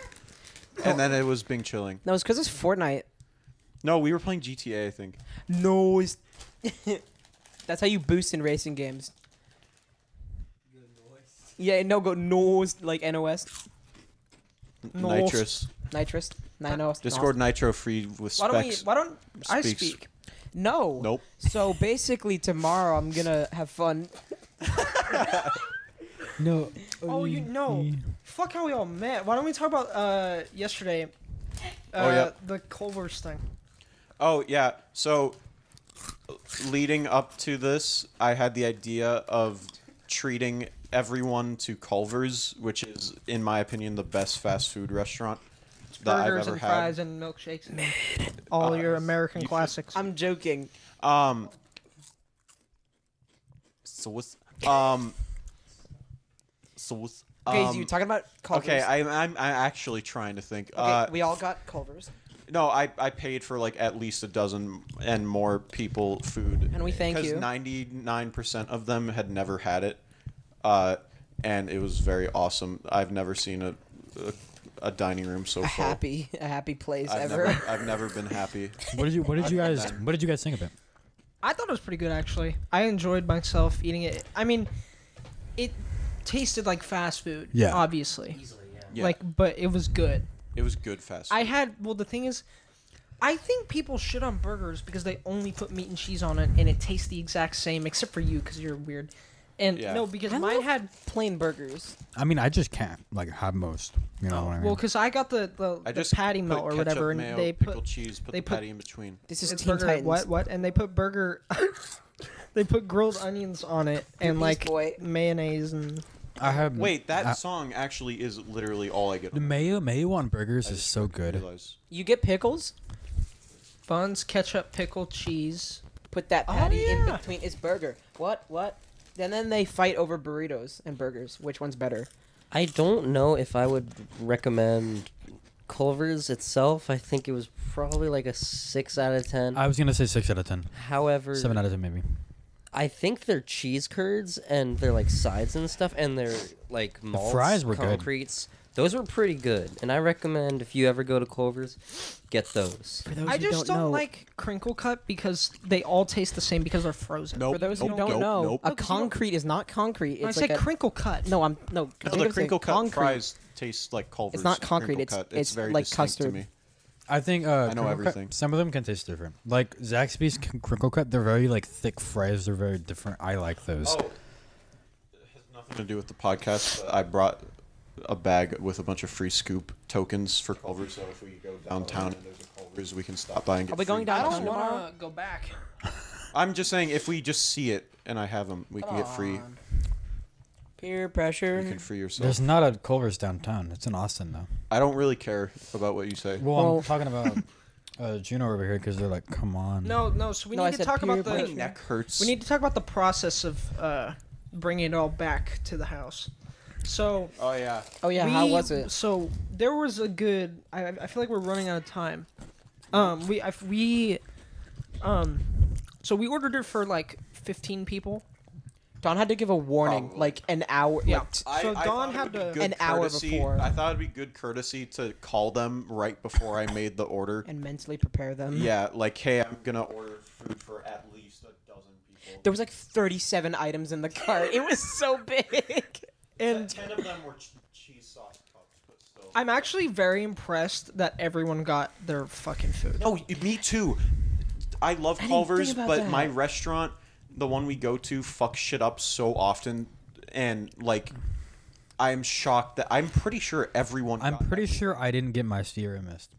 Speaker 3: And then it was Bing chilling.
Speaker 2: No, it's because it's Fortnite.
Speaker 3: No, we were playing GTA, I think.
Speaker 2: No, it's *laughs* that's how you boost in racing games. Yeah, no, go nose like nos,
Speaker 1: No.
Speaker 3: Nitrous.
Speaker 2: nitrous, ninos.
Speaker 3: Discord Nitro free with
Speaker 2: Why
Speaker 3: specs.
Speaker 2: don't we? Why don't I
Speaker 3: Speaks.
Speaker 2: speak? No.
Speaker 3: Nope.
Speaker 2: So basically, tomorrow I'm gonna have fun.
Speaker 4: No.
Speaker 1: Oh, you know, fuck how we all met. Why don't we talk about uh yesterday? Uh,
Speaker 3: Oh, yeah.
Speaker 1: the Culver's thing.
Speaker 3: Oh yeah. So leading up to this, I had the idea of treating everyone to Culver's, which is, in my opinion, the best fast food restaurant that I've
Speaker 1: Burgers
Speaker 3: ever
Speaker 1: and fries
Speaker 3: had. Uh,
Speaker 1: and milkshakes. and all your American classics.
Speaker 2: I'm joking.
Speaker 3: Um. So what's um. So what's
Speaker 2: Okay, so
Speaker 3: um,
Speaker 2: you talking about Culver's?
Speaker 3: Okay, I'm, I'm I'm actually trying to think.
Speaker 2: Okay,
Speaker 3: uh,
Speaker 2: we all got Culver's,
Speaker 3: No, I, I paid for like at least a dozen and more people food.
Speaker 2: And we thank you.
Speaker 3: Ninety nine percent of them had never had it, uh, and it was very awesome. I've never seen a a, a dining room so
Speaker 2: a
Speaker 3: full.
Speaker 2: happy, a happy place
Speaker 3: I've
Speaker 2: ever.
Speaker 3: never I've never
Speaker 2: *laughs*
Speaker 3: been happy.
Speaker 4: What did you What did you guys What did you guys think of it?
Speaker 1: I thought it was pretty good actually. I enjoyed myself eating it. I mean, it tasted like fast food.
Speaker 4: Yeah.
Speaker 1: Obviously.
Speaker 3: Yeah,
Speaker 1: Like, but it was good.
Speaker 3: it was good fast.
Speaker 1: I
Speaker 3: food.
Speaker 1: had well the thing is I think people shit on burgers because they only put meat and cheese on it and it tastes the exact same except for you cuz you're weird. And
Speaker 3: Yeah.
Speaker 1: no,
Speaker 2: *laughs*
Speaker 1: because
Speaker 2: I
Speaker 1: mine
Speaker 2: love-
Speaker 1: had
Speaker 2: Plain burgers.
Speaker 4: I mean, I just can't like have most. You know what I mean?
Speaker 1: well cuz I got the the,
Speaker 3: I
Speaker 1: the
Speaker 3: just
Speaker 1: patty
Speaker 3: put
Speaker 1: melt or
Speaker 3: ketchup,
Speaker 1: whatever and
Speaker 3: mayo,
Speaker 1: they
Speaker 3: pickled
Speaker 1: put
Speaker 3: cheese, put
Speaker 1: they
Speaker 3: the
Speaker 1: put-
Speaker 3: patty in between.
Speaker 2: This is
Speaker 1: it's
Speaker 2: Teen
Speaker 1: burger *laughs*
Speaker 2: Titans.
Speaker 1: what what and they put burger They put grilled onions on it and like
Speaker 2: Boy.
Speaker 1: mayonnaise and
Speaker 4: I have
Speaker 3: Wait, that
Speaker 4: I-
Speaker 3: song actually is literally all I get.
Speaker 4: Mm. Uh, the mayo mayo on burgers is so good.
Speaker 3: Realize.
Speaker 2: You get pickles.
Speaker 1: buns, ketchup, pickle, cheese.
Speaker 2: Put that
Speaker 1: Oh,
Speaker 2: patty in
Speaker 1: yeah.
Speaker 2: between his burger. What? What? And then they fight over burritos and burgers. Which one's better?
Speaker 5: I don't know if I would recommend Culver's itself. I think it was probably like a six out of ten.
Speaker 4: I was gonna say six out of ten.
Speaker 5: However,
Speaker 4: Seven out of ten maybe.
Speaker 5: I think their cheese curds and their like sides and stuff and their like malts,
Speaker 4: fries were good.
Speaker 5: concretes. Those were pretty good, and I recommend if you ever go to Culver's, get those.
Speaker 1: I just don't, like crinkle cut because they all taste the same because they're frozen.
Speaker 3: Nope.
Speaker 2: For those
Speaker 3: nope,
Speaker 2: who don't
Speaker 3: nope,
Speaker 2: know,
Speaker 3: nope.
Speaker 2: a concrete is not concrete.
Speaker 1: When I
Speaker 2: It's
Speaker 1: say
Speaker 2: like a,
Speaker 1: crinkle cut.
Speaker 2: No, I'm no.
Speaker 3: No,
Speaker 2: I'm
Speaker 3: the
Speaker 2: gonna say
Speaker 3: crinkle cut
Speaker 2: concrete.
Speaker 3: fries taste like Culver's.
Speaker 2: not concrete,
Speaker 3: crinkle
Speaker 2: it's-
Speaker 3: cut.
Speaker 2: it's like
Speaker 3: distinct
Speaker 2: custard.
Speaker 3: To me.
Speaker 4: I think uh,
Speaker 3: I know
Speaker 4: crinkle cut-
Speaker 3: everything.
Speaker 4: some of them can taste different. Like Zaxby's c- crinkle cut, they're very like thick fries. They're very different. I like those.
Speaker 3: Oh, it has nothing to do with the podcast. I brought a bag with a bunch of free scoop tokens for Culver's. So if we go downtown and there's a Culver's, we can stop by and get.
Speaker 2: Are we going
Speaker 3: free
Speaker 2: downtown
Speaker 3: custard.
Speaker 2: tomorrow?
Speaker 1: go back.
Speaker 3: I'm just saying, if we just see it and I have them, we can get free.
Speaker 2: Peer pressure.
Speaker 3: You can free yourself.
Speaker 4: There's not a Culver's downtown. It's in Austin though.
Speaker 3: I don't really care about what you say.
Speaker 4: Well,
Speaker 2: Well-
Speaker 4: I'm *laughs* talking about uh, Juno over here because they're like, come on.
Speaker 1: No, no. So we
Speaker 2: No, I
Speaker 1: need to
Speaker 2: said
Speaker 1: talk about
Speaker 2: peer
Speaker 1: the.
Speaker 3: My
Speaker 2: pressure.
Speaker 3: neck hurts.
Speaker 1: We need to talk about the process of uh, bringing it all back to the house. So
Speaker 3: Oh yeah.
Speaker 2: Oh yeah,
Speaker 1: we-
Speaker 2: how was it?
Speaker 1: So there was a good. I, I feel like we're running out of time. Um, we I, we, um, so we ordered it for like fifteen people.
Speaker 2: Don had to give a warning,
Speaker 3: Probably.
Speaker 2: like an hour.
Speaker 1: Yeah.
Speaker 2: like, t-
Speaker 1: I- So Don
Speaker 3: thought it
Speaker 1: had
Speaker 3: would be
Speaker 1: to-
Speaker 3: good
Speaker 2: An hour
Speaker 3: courtesy-
Speaker 2: before.
Speaker 3: I thought it'd be good courtesy to call them right before I made the order.
Speaker 2: and mentally prepare them.
Speaker 3: yeah, like hey, I'm gonna order food for at least a dozen people.
Speaker 2: There was like 37 items in the cart. It was so *laughs* big.
Speaker 1: And
Speaker 3: ten of them were ch- cheese sauce cups, but still.
Speaker 1: I'm actually very impressed that everyone got their fucking food.
Speaker 3: Oh, y- me too. I love
Speaker 2: didn't think
Speaker 3: Culver's,
Speaker 2: about
Speaker 3: but
Speaker 2: that.
Speaker 3: my restaurant, the one we go to, fucks shit up so often, and like, I'm shocked that I'm pretty sure everyone.
Speaker 4: I'm
Speaker 3: got that.
Speaker 4: pretty sure I didn't get my Sierra Mist.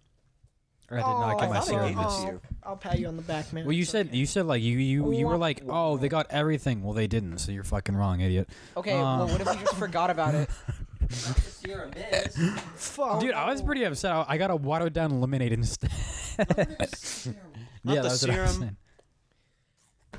Speaker 4: Or I
Speaker 1: Oh,
Speaker 4: did not get my
Speaker 3: Oh, I thought
Speaker 4: Sierra
Speaker 3: you
Speaker 4: Mist.
Speaker 3: did.
Speaker 1: I'll, I'll pat you on the back, man.
Speaker 4: Well, you
Speaker 1: It's
Speaker 4: said
Speaker 1: okay.
Speaker 4: you said like you you you were like, oh, they got everything. Well, they didn't. So you're fucking wrong, idiot.
Speaker 2: Okay, well, what if we
Speaker 4: um,
Speaker 2: just forgot about
Speaker 4: *laughs*
Speaker 2: it?
Speaker 1: Fuck.
Speaker 4: Dude, I was pretty upset. I, I got a watered down
Speaker 2: *laughs*
Speaker 4: lemonade instead. yeah,
Speaker 3: the
Speaker 4: that's what I was
Speaker 3: serum.
Speaker 4: saying.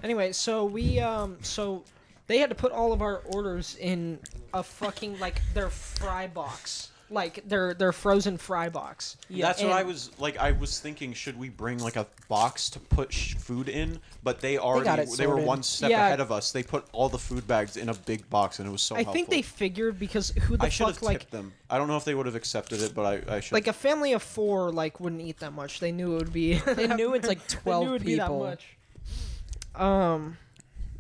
Speaker 1: Anyway, so we um so they had to put all of our orders in a fucking like their fry box. Like their their frozen fry box.
Speaker 3: That's what
Speaker 1: and-
Speaker 3: I was like. I was thinking, should we bring like a box to put sh- food in? But they
Speaker 2: got
Speaker 3: already
Speaker 2: it
Speaker 3: they, were
Speaker 2: sorted.
Speaker 3: one step
Speaker 1: Yeah.
Speaker 3: ahead of us. They put all the food bags in a big box, and it was so.
Speaker 1: I think they
Speaker 3: helpful.
Speaker 1: figured because who the
Speaker 3: I should have
Speaker 1: fuck
Speaker 3: tipped
Speaker 1: like
Speaker 3: them. I don't know if they would have accepted it, but I, I should.
Speaker 1: like a family of four like wouldn't eat that much. They knew it would be
Speaker 2: *laughs* They knew it's
Speaker 1: *laughs*
Speaker 2: like
Speaker 1: they
Speaker 2: 12
Speaker 1: knew it would be that
Speaker 2: people.
Speaker 1: much. Um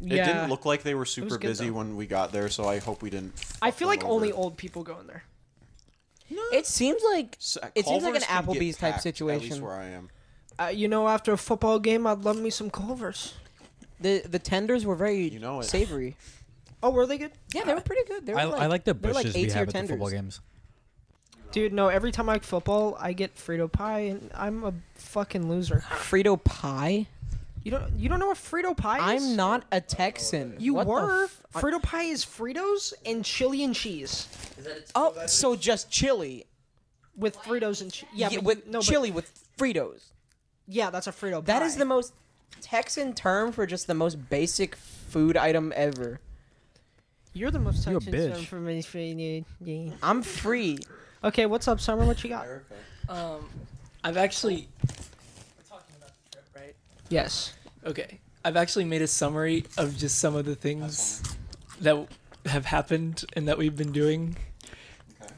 Speaker 3: it
Speaker 1: yeah.
Speaker 3: didn't look like they were super
Speaker 1: good,
Speaker 3: busy
Speaker 1: though.
Speaker 3: when we got there, so I hope we didn't.
Speaker 1: I
Speaker 3: fuck
Speaker 1: feel
Speaker 3: them
Speaker 1: like only
Speaker 3: over.
Speaker 1: old people go in there.
Speaker 2: It seems like
Speaker 3: S-
Speaker 2: it seems like an
Speaker 3: Culver's can get
Speaker 2: Applebee's type
Speaker 3: packed, At
Speaker 2: situation.
Speaker 3: least where I am.
Speaker 1: Uh, you know, after a football game, I'd love me some Culvers.
Speaker 2: the the tenders were very
Speaker 3: You know it.
Speaker 2: savory.
Speaker 1: Oh, were they good?
Speaker 2: Yeah, they were pretty good. They were
Speaker 4: I,
Speaker 2: like,
Speaker 4: I like the
Speaker 2: they were,
Speaker 4: bushes we
Speaker 2: A-tier
Speaker 4: have at the
Speaker 2: tenders.
Speaker 4: football games.
Speaker 1: Dude, no, every time I like football, I get Frito pie and I'm a fucking loser.
Speaker 2: Frito pie.
Speaker 1: You don't you don't know what Frito pie is?
Speaker 2: I'm not a Texan.
Speaker 1: You
Speaker 2: What the
Speaker 1: were.
Speaker 2: f- I-
Speaker 1: Frito pie is Fritos and chili and cheese
Speaker 2: oh, so just chili.
Speaker 1: with Fritos and cheese. Yeah,
Speaker 2: Yeah,
Speaker 1: but
Speaker 2: with
Speaker 1: you- no, but-
Speaker 2: chili with Fritos.
Speaker 1: yeah, that's a Frito.
Speaker 2: That
Speaker 1: pie.
Speaker 2: is the most Texan term for just the most basic food item ever.
Speaker 1: You're the most
Speaker 4: You a
Speaker 1: Texan
Speaker 4: bitch.
Speaker 1: son for me, for you, yeah.
Speaker 2: I'm free.
Speaker 1: Okay, what's up, Summer? What you got?
Speaker 9: Um, I've actually.
Speaker 1: Yes.
Speaker 9: Okay. I've actually made a summary of just some of the things that have happened and that we've been doing.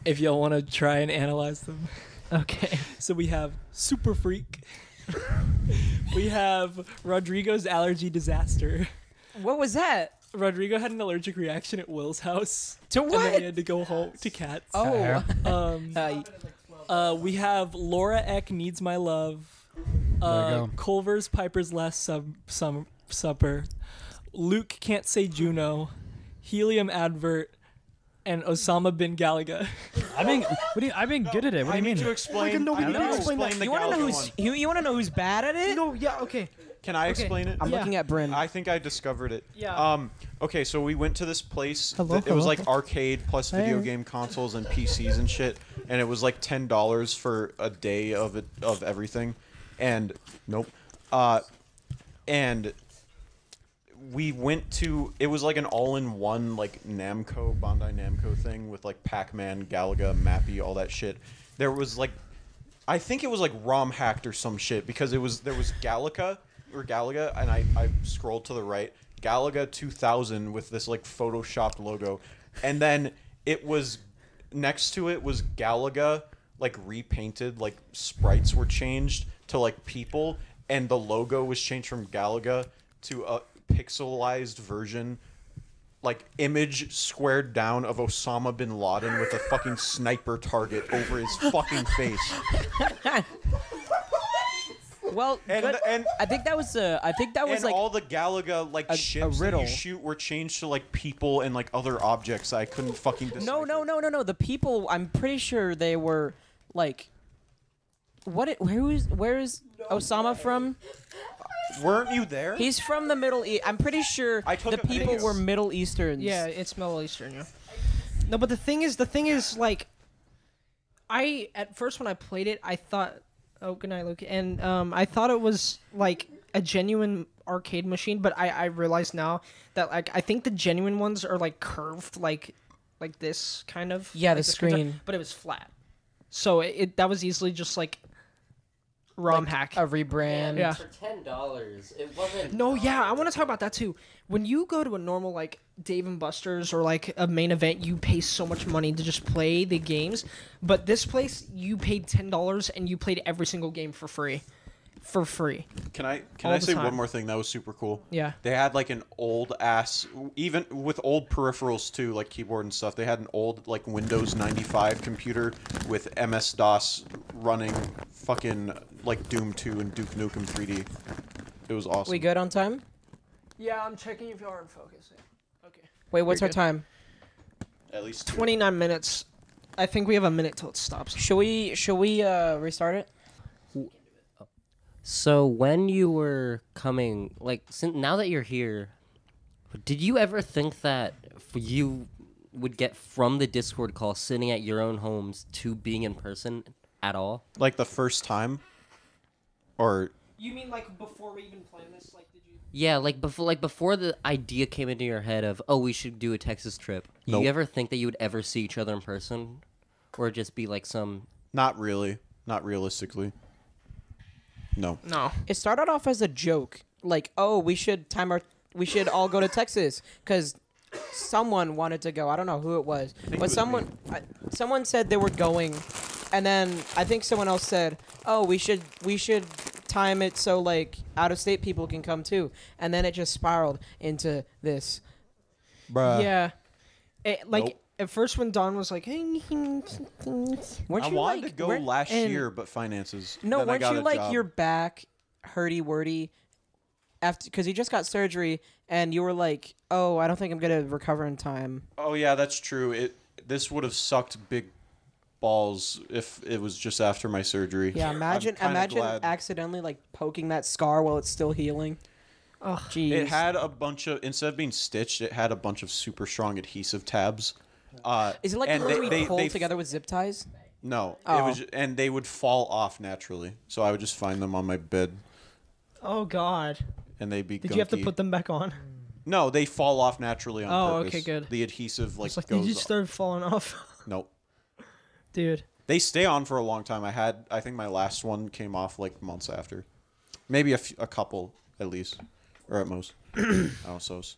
Speaker 9: If y'all want to try and analyze them.
Speaker 1: Okay.
Speaker 9: *laughs* So we have Super Freak. *laughs* we have Rodrigo's allergy disaster.
Speaker 2: What was that?
Speaker 9: Rodrigo had an allergic reaction at Will's house.
Speaker 2: To
Speaker 9: And then
Speaker 2: what?
Speaker 9: he had to go home to
Speaker 4: *laughs*
Speaker 9: cats.
Speaker 2: Oh,
Speaker 9: Um,
Speaker 2: uh,
Speaker 9: uh, we have Laura Eck needs my love.
Speaker 4: There
Speaker 9: Uh,
Speaker 4: you go.
Speaker 9: Culver's Piper's last sub, sum supper. Luke can't say Juno. Helium advert. And Osama bin Galaga.
Speaker 1: *laughs*
Speaker 4: I've been what do you, I've been good at it. What do you mean?
Speaker 3: explain. I need
Speaker 1: nobody
Speaker 3: to
Speaker 1: explained
Speaker 3: explain
Speaker 1: that.
Speaker 2: *laughs*
Speaker 3: the
Speaker 2: you want to know
Speaker 3: Gallagher
Speaker 2: who's
Speaker 3: one.
Speaker 2: you, you want to know who's bad at it?
Speaker 1: No, yeah, okay.
Speaker 3: Can I explain it?
Speaker 2: I'm
Speaker 1: Yeah.
Speaker 2: looking at Bryn.
Speaker 3: I think I discovered it.
Speaker 1: Yeah.
Speaker 3: Um. Okay, so we went to this place.
Speaker 1: Hello,
Speaker 3: that- it was
Speaker 1: hello.
Speaker 3: like arcade plus video
Speaker 1: Hey.
Speaker 3: game consoles and PCs and shit, and it was like ten dollars for a day of it of everything, and nope. Uh, and we went to it was like an all-in-one like Namco Bandai Namco thing with like Pac-Man, Galaga, Mappy, all that shit. There was like I think it was like ROM hacked or some shit because it was there was Galaga or Galaga and I I scrolled to the right Galaga 2000 with this like photoshopped logo and then it was next to it was Galaga like repainted like sprites were changed to like people and the logo was changed from Galaga to a pixelized version like image squared down of Osama bin Laden with a fucking sniper target over his fucking face.
Speaker 2: well,
Speaker 3: And
Speaker 2: good.
Speaker 3: and
Speaker 2: I think that was uh, I think that was
Speaker 3: and
Speaker 2: like
Speaker 3: all the Galaga like ships that
Speaker 2: riddle.
Speaker 3: you shoot were changed to like people and like other objects. I couldn't fucking decipher.
Speaker 2: no, no, no, no, no. The people. I'm pretty sure they were like. What? It, where is where is Osama from?
Speaker 3: Weren't you there?
Speaker 2: He's from the Middle East. I'm pretty sure
Speaker 3: I took
Speaker 2: the
Speaker 3: a
Speaker 2: people
Speaker 3: video.
Speaker 2: were Middle Easterns.
Speaker 1: Yeah, it's Middle Eastern. Yeah. No, but the thing is, the thing is, like, I at first when I played it, I thought, oh, good night, Luke, and um, I thought it was like a genuine arcade machine, but I I realize now that like I think the genuine ones are like curved, like like this kind of
Speaker 2: Yeah,
Speaker 1: like
Speaker 2: the
Speaker 1: screens are-
Speaker 2: screen.
Speaker 1: but it was flat, so it, it that was easily just like ROM hack.
Speaker 2: A rebrand.
Speaker 1: yeah.
Speaker 5: For ten dollars, it wasn't.
Speaker 1: No, yeah, I want to talk about that too. When you go to a normal like Dave and Buster's or like a main event, you pay so much money to just play the games. But this place, you paid ten dollars and you played every single game for free, for free.
Speaker 3: Can I can
Speaker 1: All
Speaker 3: I
Speaker 1: the
Speaker 3: say
Speaker 1: time.
Speaker 3: one more thing that was super cool?
Speaker 1: Yeah.
Speaker 3: They had like an old ass even with old peripherals too, like keyboard and stuff. They had an old like Windows 95 computer with MS DOS running fucking like Doom 2 and Duke Nukem 3D. It was awesome.
Speaker 2: We good on time?
Speaker 1: Yeah, I'm checking if you are in focus.
Speaker 2: Wait, what's our
Speaker 1: good.
Speaker 2: time?
Speaker 3: At least two.
Speaker 1: Twenty nine minutes. I think we have a minute till it stops.
Speaker 2: Should we should we uh restart it?
Speaker 5: So when you were coming, like since now that you're here, did you ever think that f- you would get from the Discord call sitting at your own homes to being in person at all?
Speaker 3: like the first time or
Speaker 1: You mean like before we even planned this? Like, did you?
Speaker 5: Yeah, like before, like before the idea came into your head of oh we should do a Texas trip.
Speaker 3: Nope.
Speaker 5: You ever think that you would ever see each other in person, or just be like some?
Speaker 3: not really, not realistically. No.
Speaker 1: No.
Speaker 2: It started off as a joke, like oh we should time our we should all go to Texas because someone wanted to go. I don't know who it was,
Speaker 3: it
Speaker 2: but
Speaker 3: was me.
Speaker 2: someone I, someone said they were going, and then I think someone else said oh we should we should time it so like out of state people can come too, and then it just spiraled into this.
Speaker 3: Bruh.
Speaker 1: yeah. It, like
Speaker 3: Nope.
Speaker 1: at first when Don was like,
Speaker 2: *laughs* Weren't
Speaker 3: I
Speaker 2: you,
Speaker 3: wanted
Speaker 2: like-
Speaker 3: to go
Speaker 2: weren't-
Speaker 3: last
Speaker 2: and-
Speaker 3: year, but finances.
Speaker 2: No,
Speaker 3: Then I
Speaker 2: weren't
Speaker 3: got
Speaker 2: you
Speaker 3: a
Speaker 2: like
Speaker 3: job.
Speaker 2: your back hurdy wordy after because you just got surgery and you were like, oh, I don't think I'm gonna recover in time.
Speaker 3: Oh yeah, that's true. It this would have sucked big balls if it was just after my surgery.
Speaker 2: Yeah, imagine
Speaker 3: I'm kinda
Speaker 2: imagine
Speaker 3: glad.
Speaker 2: accidentally like poking that scar while it's still healing. Oh, jeez.
Speaker 3: It had a bunch of instead of being stitched, it had a bunch of super strong adhesive tabs. Uh,
Speaker 2: Is it like
Speaker 3: and
Speaker 2: the
Speaker 3: they,
Speaker 2: one we
Speaker 3: they-
Speaker 2: pull
Speaker 3: they-
Speaker 2: together with zip ties?
Speaker 3: No, it
Speaker 2: Oh.
Speaker 3: was, and they would fall off naturally. So I would just find them on my bed,
Speaker 1: "Oh God,
Speaker 3: and they'd be.
Speaker 1: did you have to
Speaker 3: gunky.
Speaker 1: put them back on?"
Speaker 3: No, they fall off naturally on
Speaker 1: Oh,
Speaker 3: purpose.
Speaker 1: okay, good.
Speaker 3: The adhesive like,
Speaker 1: It's like
Speaker 3: goes.
Speaker 1: you just started falling off, *laughs*
Speaker 3: off. Nope.
Speaker 1: dude.
Speaker 3: They stay on for a long time. I had, I think my last one came off like months after, maybe a, f- a couple at least, or at most. oh, so s-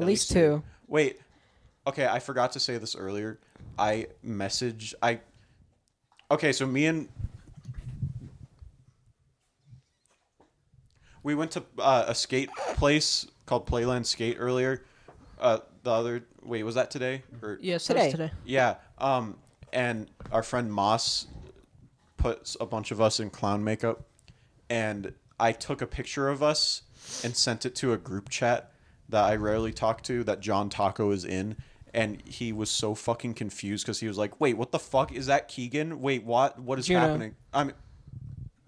Speaker 2: At, least two.
Speaker 3: wait. Okay, I forgot to say this earlier. I message I. Okay, so me and we went to uh, a skate place called Playland Skate earlier. Uh, the other wait was that today or
Speaker 1: Yes,
Speaker 2: that was Today. today.
Speaker 3: yeah. Um, and our friend Moss puts a bunch of us in clown makeup, and I took a picture of us and sent it to a group chat that I rarely talk to that John Taco is in. And he was so fucking confused because he was like, "Wait, what the fuck is that, Keegan? Wait, what? What is
Speaker 2: Juno.
Speaker 3: happening? I'm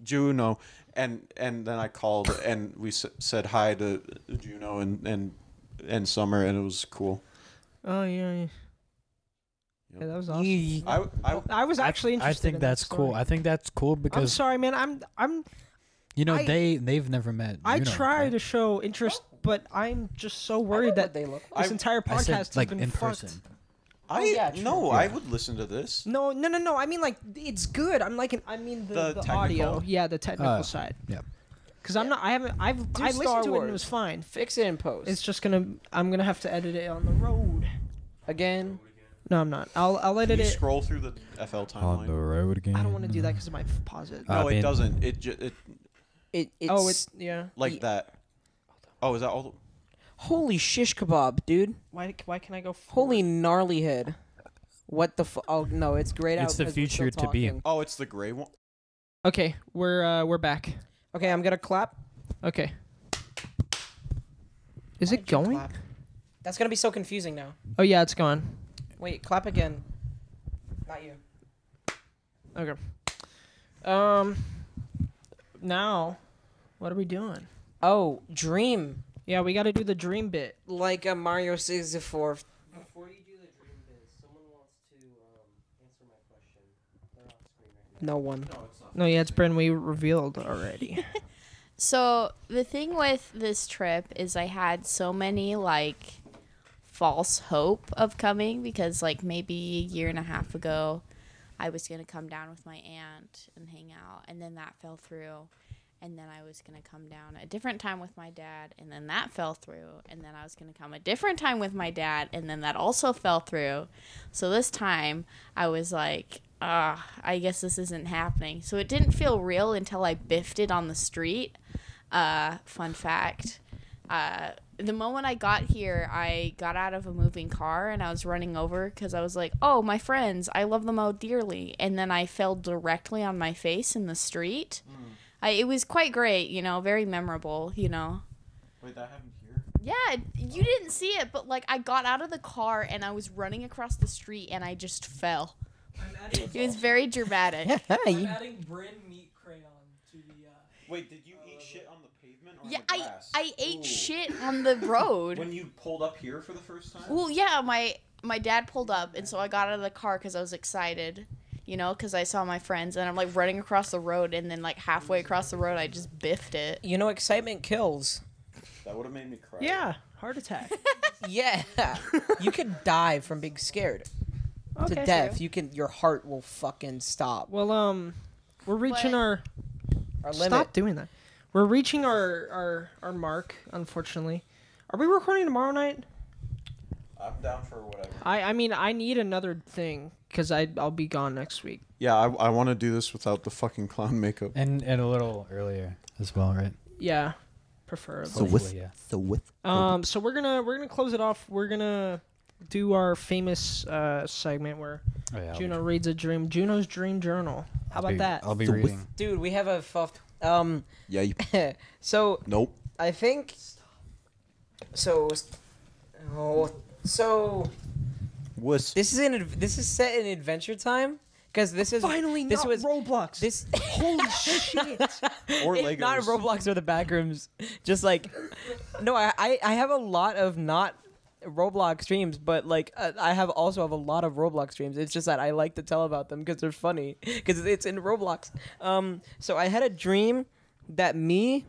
Speaker 3: Juno, and and then I called and we s- said hi to Juno and and and Summer, and it was cool.
Speaker 1: Oh yeah, yeah. Yeah, that was awesome.
Speaker 3: I, I
Speaker 1: I was actually
Speaker 4: I
Speaker 1: interested.
Speaker 4: think
Speaker 1: in that
Speaker 4: that's cool.
Speaker 1: story.
Speaker 4: I think that's cool
Speaker 1: I'm
Speaker 4: because
Speaker 1: sorry, man. I'm I'm
Speaker 4: you know
Speaker 1: I-
Speaker 4: they they've never met.
Speaker 1: I
Speaker 4: Juno,
Speaker 1: try
Speaker 4: right?
Speaker 1: to show interest, but I'm just so worried that they look. This entire podcast
Speaker 4: I said,
Speaker 1: has
Speaker 4: like
Speaker 1: been
Speaker 4: in
Speaker 1: fucked.
Speaker 4: person.
Speaker 3: I no, I would listen to this.
Speaker 1: No, no, no, no. I mean, like it's good. I'm like, an, I mean, the,
Speaker 3: The
Speaker 1: the,
Speaker 3: technical.
Speaker 1: audio, yeah, the technical
Speaker 4: Uh,
Speaker 1: side.
Speaker 4: yeah.
Speaker 1: Because I'm not. I haven't. I've.
Speaker 2: Do
Speaker 1: I listened
Speaker 2: Star
Speaker 1: to it and it
Speaker 2: Wars.
Speaker 1: was fine.
Speaker 2: Fix it in post.
Speaker 1: It's just gonna. I'm gonna have to edit it on the road.
Speaker 2: Again,
Speaker 1: No, I'm not. I'll. I'll
Speaker 3: Can
Speaker 1: edit
Speaker 3: you
Speaker 1: it.
Speaker 3: scroll through the FL timeline?
Speaker 4: road again.
Speaker 1: I don't want to do that because it might pause it.
Speaker 4: Uh,
Speaker 3: no,
Speaker 4: babe.
Speaker 3: it doesn't. It, ju- it
Speaker 2: it, it's,
Speaker 1: oh, it's yeah.
Speaker 3: like that. Oh, is that all?
Speaker 2: holy shish kebab, dude.
Speaker 1: Why? Why can I go? Forward?
Speaker 2: Holy gnarly head. What the fu- Oh no, it's great out.
Speaker 4: It's the
Speaker 2: because we're still
Speaker 4: future to be.
Speaker 2: talking.
Speaker 3: Oh, it's the gray one.
Speaker 1: Okay, we're uh, we're back.
Speaker 2: Okay, I'm gonna clap.
Speaker 1: Okay. Is it going?
Speaker 2: That's gonna be so confusing now.
Speaker 1: Oh yeah, it's gone.
Speaker 2: Wait, clap again. Not you.
Speaker 1: Okay. Um. Now, what are we doing?
Speaker 2: Oh, dream
Speaker 1: Yeah, we got to do the dream bit.
Speaker 2: like a Mario 64.
Speaker 5: Before you do the dream biz, someone wants to um, answer my question. They're off screen right
Speaker 2: No one.
Speaker 1: No, yeah, it's been we revealed already.
Speaker 6: So the thing with this trip is I had so many like false hope of coming because like maybe a year and a half ago I was going to come down with my aunt and hang out and then that fell through and then I was going to come down a different time with my dad and then that fell through and then I was going to come a different time with my dad and then that also fell through. So this time I was like, ah, I guess this isn't happening. So it didn't feel real until I biffed it on the street. Uh, fun fact. Uh, the moment I got here, I got out of a moving car and I was running over because I was like, oh, my friends, I love them all dearly. And then I fell directly on my face in the street.
Speaker 3: Hmm.
Speaker 6: I, it was quite great, you know, very memorable, you know.
Speaker 3: Wait, that happened here.
Speaker 6: Yeah, you didn't see it, but like I got out of the car and I was running across the street and I just fell. It was
Speaker 3: *laughs*
Speaker 6: very dramatic.
Speaker 9: I'm adding Bryn meat crayon to the. Uh,
Speaker 3: Wait, did you eat shit on the pavement or on
Speaker 6: yeah,
Speaker 3: the
Speaker 6: I
Speaker 3: grass?
Speaker 6: I ate
Speaker 3: Ooh.
Speaker 6: shit on the
Speaker 3: *laughs*
Speaker 6: road.
Speaker 3: When you pulled up here for the first time.
Speaker 6: Well, yeah, my my dad pulled up, and so I got out of the car because I was excited, you know, because I saw my friends, and I'm like running across the road, and then like halfway across the road, I just biffed it.
Speaker 2: You know, excitement kills.
Speaker 3: That would have made me cry.
Speaker 1: *laughs* yeah, heart *laughs* attack.
Speaker 2: *laughs* Yeah, you could die from being scared to
Speaker 1: Okay.
Speaker 2: death. You can. Your heart will fucking stop.
Speaker 1: Well, um, we're reaching
Speaker 6: But-
Speaker 1: our
Speaker 2: Our limit.
Speaker 1: stop doing that. We're reaching our our our mark. Unfortunately, are we recording tomorrow night?
Speaker 3: I'm down for whatever.
Speaker 1: I I mean I need another thing because I I'll be gone next week.
Speaker 3: Yeah, I, I want to do this without the fucking clown makeup.
Speaker 4: And and a little earlier as well, right?
Speaker 1: Yeah, preferably.
Speaker 4: Hopefully, yeah.
Speaker 1: Um, so we're gonna we're gonna close it off. We're gonna do our famous uh segment where
Speaker 4: Oh, yeah, I'll be-
Speaker 1: Juno reads a dream. Juno's dream journal. How
Speaker 4: I'll
Speaker 1: about
Speaker 4: be-
Speaker 1: that?
Speaker 4: I'll be reading.
Speaker 2: dude. We have a fucked. Um.
Speaker 3: Yeah. You,
Speaker 2: So
Speaker 3: nope.
Speaker 2: I think. So. Oh. So
Speaker 3: Was
Speaker 2: this is in. adv- This is set in Adventure Time because this is
Speaker 1: Finally,
Speaker 2: This
Speaker 1: not
Speaker 2: was
Speaker 1: Roblox.
Speaker 2: this.
Speaker 1: Holy shit!
Speaker 3: or
Speaker 2: It's
Speaker 3: Legos?
Speaker 2: not Roblox or the backrooms. Just like, no, I, I I have a lot of not Roblox streams, but like uh, I have also have a lot of Roblox streams. It's just that I like to tell about them because they're funny because it's in Roblox. Um, so I had a dream that me,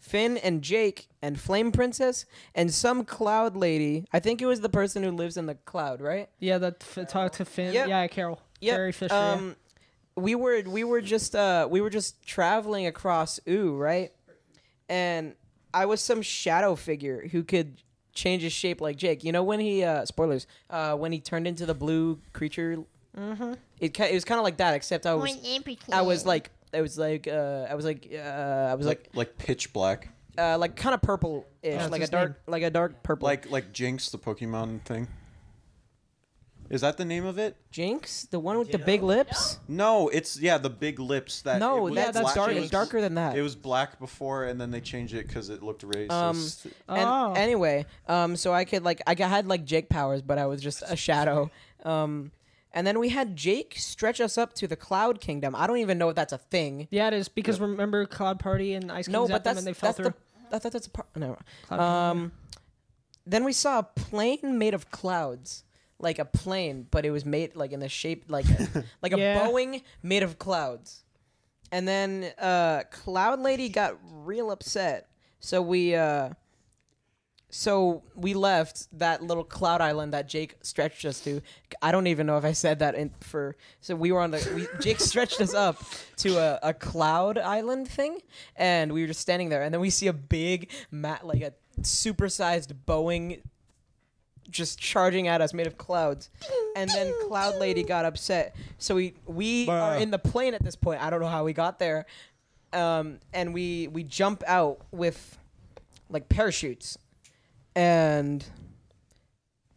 Speaker 2: Finn and Jake and Flame Princess and some cloud lady. I think it was the person who lives in the cloud, right?
Speaker 1: *laughs* yeah, that f- talk to Finn.
Speaker 2: Yep.
Speaker 1: Yeah, Carol.
Speaker 2: Yep,
Speaker 1: Carrie Fisher. yeah.
Speaker 2: Um, we were we were just uh we were just traveling across ooh right, and I was some shadow figure who could change his shape like Jake. You know when he uh spoilers uh when he turned into the blue creature. Mm-hmm. It ki- it was kind of like that except I was I was like I was like uh I was like uh I was like
Speaker 3: like like pitch black,
Speaker 2: uh like kind of purple ish
Speaker 1: That's
Speaker 2: like a
Speaker 1: his
Speaker 2: dark
Speaker 1: name.
Speaker 2: like a dark purple
Speaker 3: like like Jinx, the Pokemon thing. Is that the name of it?
Speaker 2: Jinx the one with the big lips.
Speaker 3: No, it's yeah the big lips that. it
Speaker 2: No,
Speaker 3: was
Speaker 2: that's
Speaker 3: black-
Speaker 2: dark.
Speaker 3: it
Speaker 2: It's
Speaker 3: was-
Speaker 2: darker than that.
Speaker 3: It was black before, and then they changed it because it looked racist.
Speaker 2: Um,
Speaker 1: Oh.
Speaker 2: And anyway, um, so I could like I g- had like Jake powers, but I was just a shadow. Um, And then we had Jake stretch us up to the Cloud Kingdom. I don't even know if that's a thing.
Speaker 1: Yeah, it is because remember Cloud Party and Ice King
Speaker 2: No, but that's
Speaker 1: and they fell
Speaker 2: that's
Speaker 1: through.
Speaker 2: the I thought that's a part. No. Um, then we saw a plane made of clouds, like a plane, but it was made like in the shape like a, like a
Speaker 1: Yeah.
Speaker 2: Boeing made of clouds. And then uh, Cloud Lady got real upset, so we uh, so we left that little cloud island that Jake stretched us to. I don't even know if I said that in for. So we were on the. We, Jake *laughs* stretched us up to a, a cloud island thing, and we were just standing there, and then we see a big mat like a supersized Boeing just charging at us made of clouds and then cloud lady got upset so we we are in the plane at this point i don't know how we got there um, and we we jump out with like parachutes and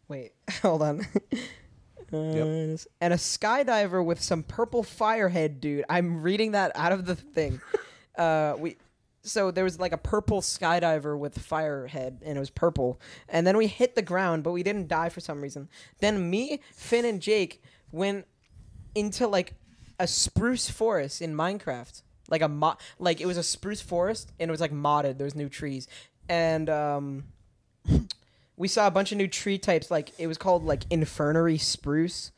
Speaker 2: wait *laughs* hold on Uh, and a skydiver with some purple firehead dude i'm reading that out of the thing uh, we so there was like a purple skydiver with firehead and it was purple and then we hit the ground but we didn't die for some reason then me finn and jake went into like a spruce forest in minecraft like a mo- like it was a spruce forest and it was like modded there was new trees and um we saw a bunch of new tree types like it was called like infernary spruce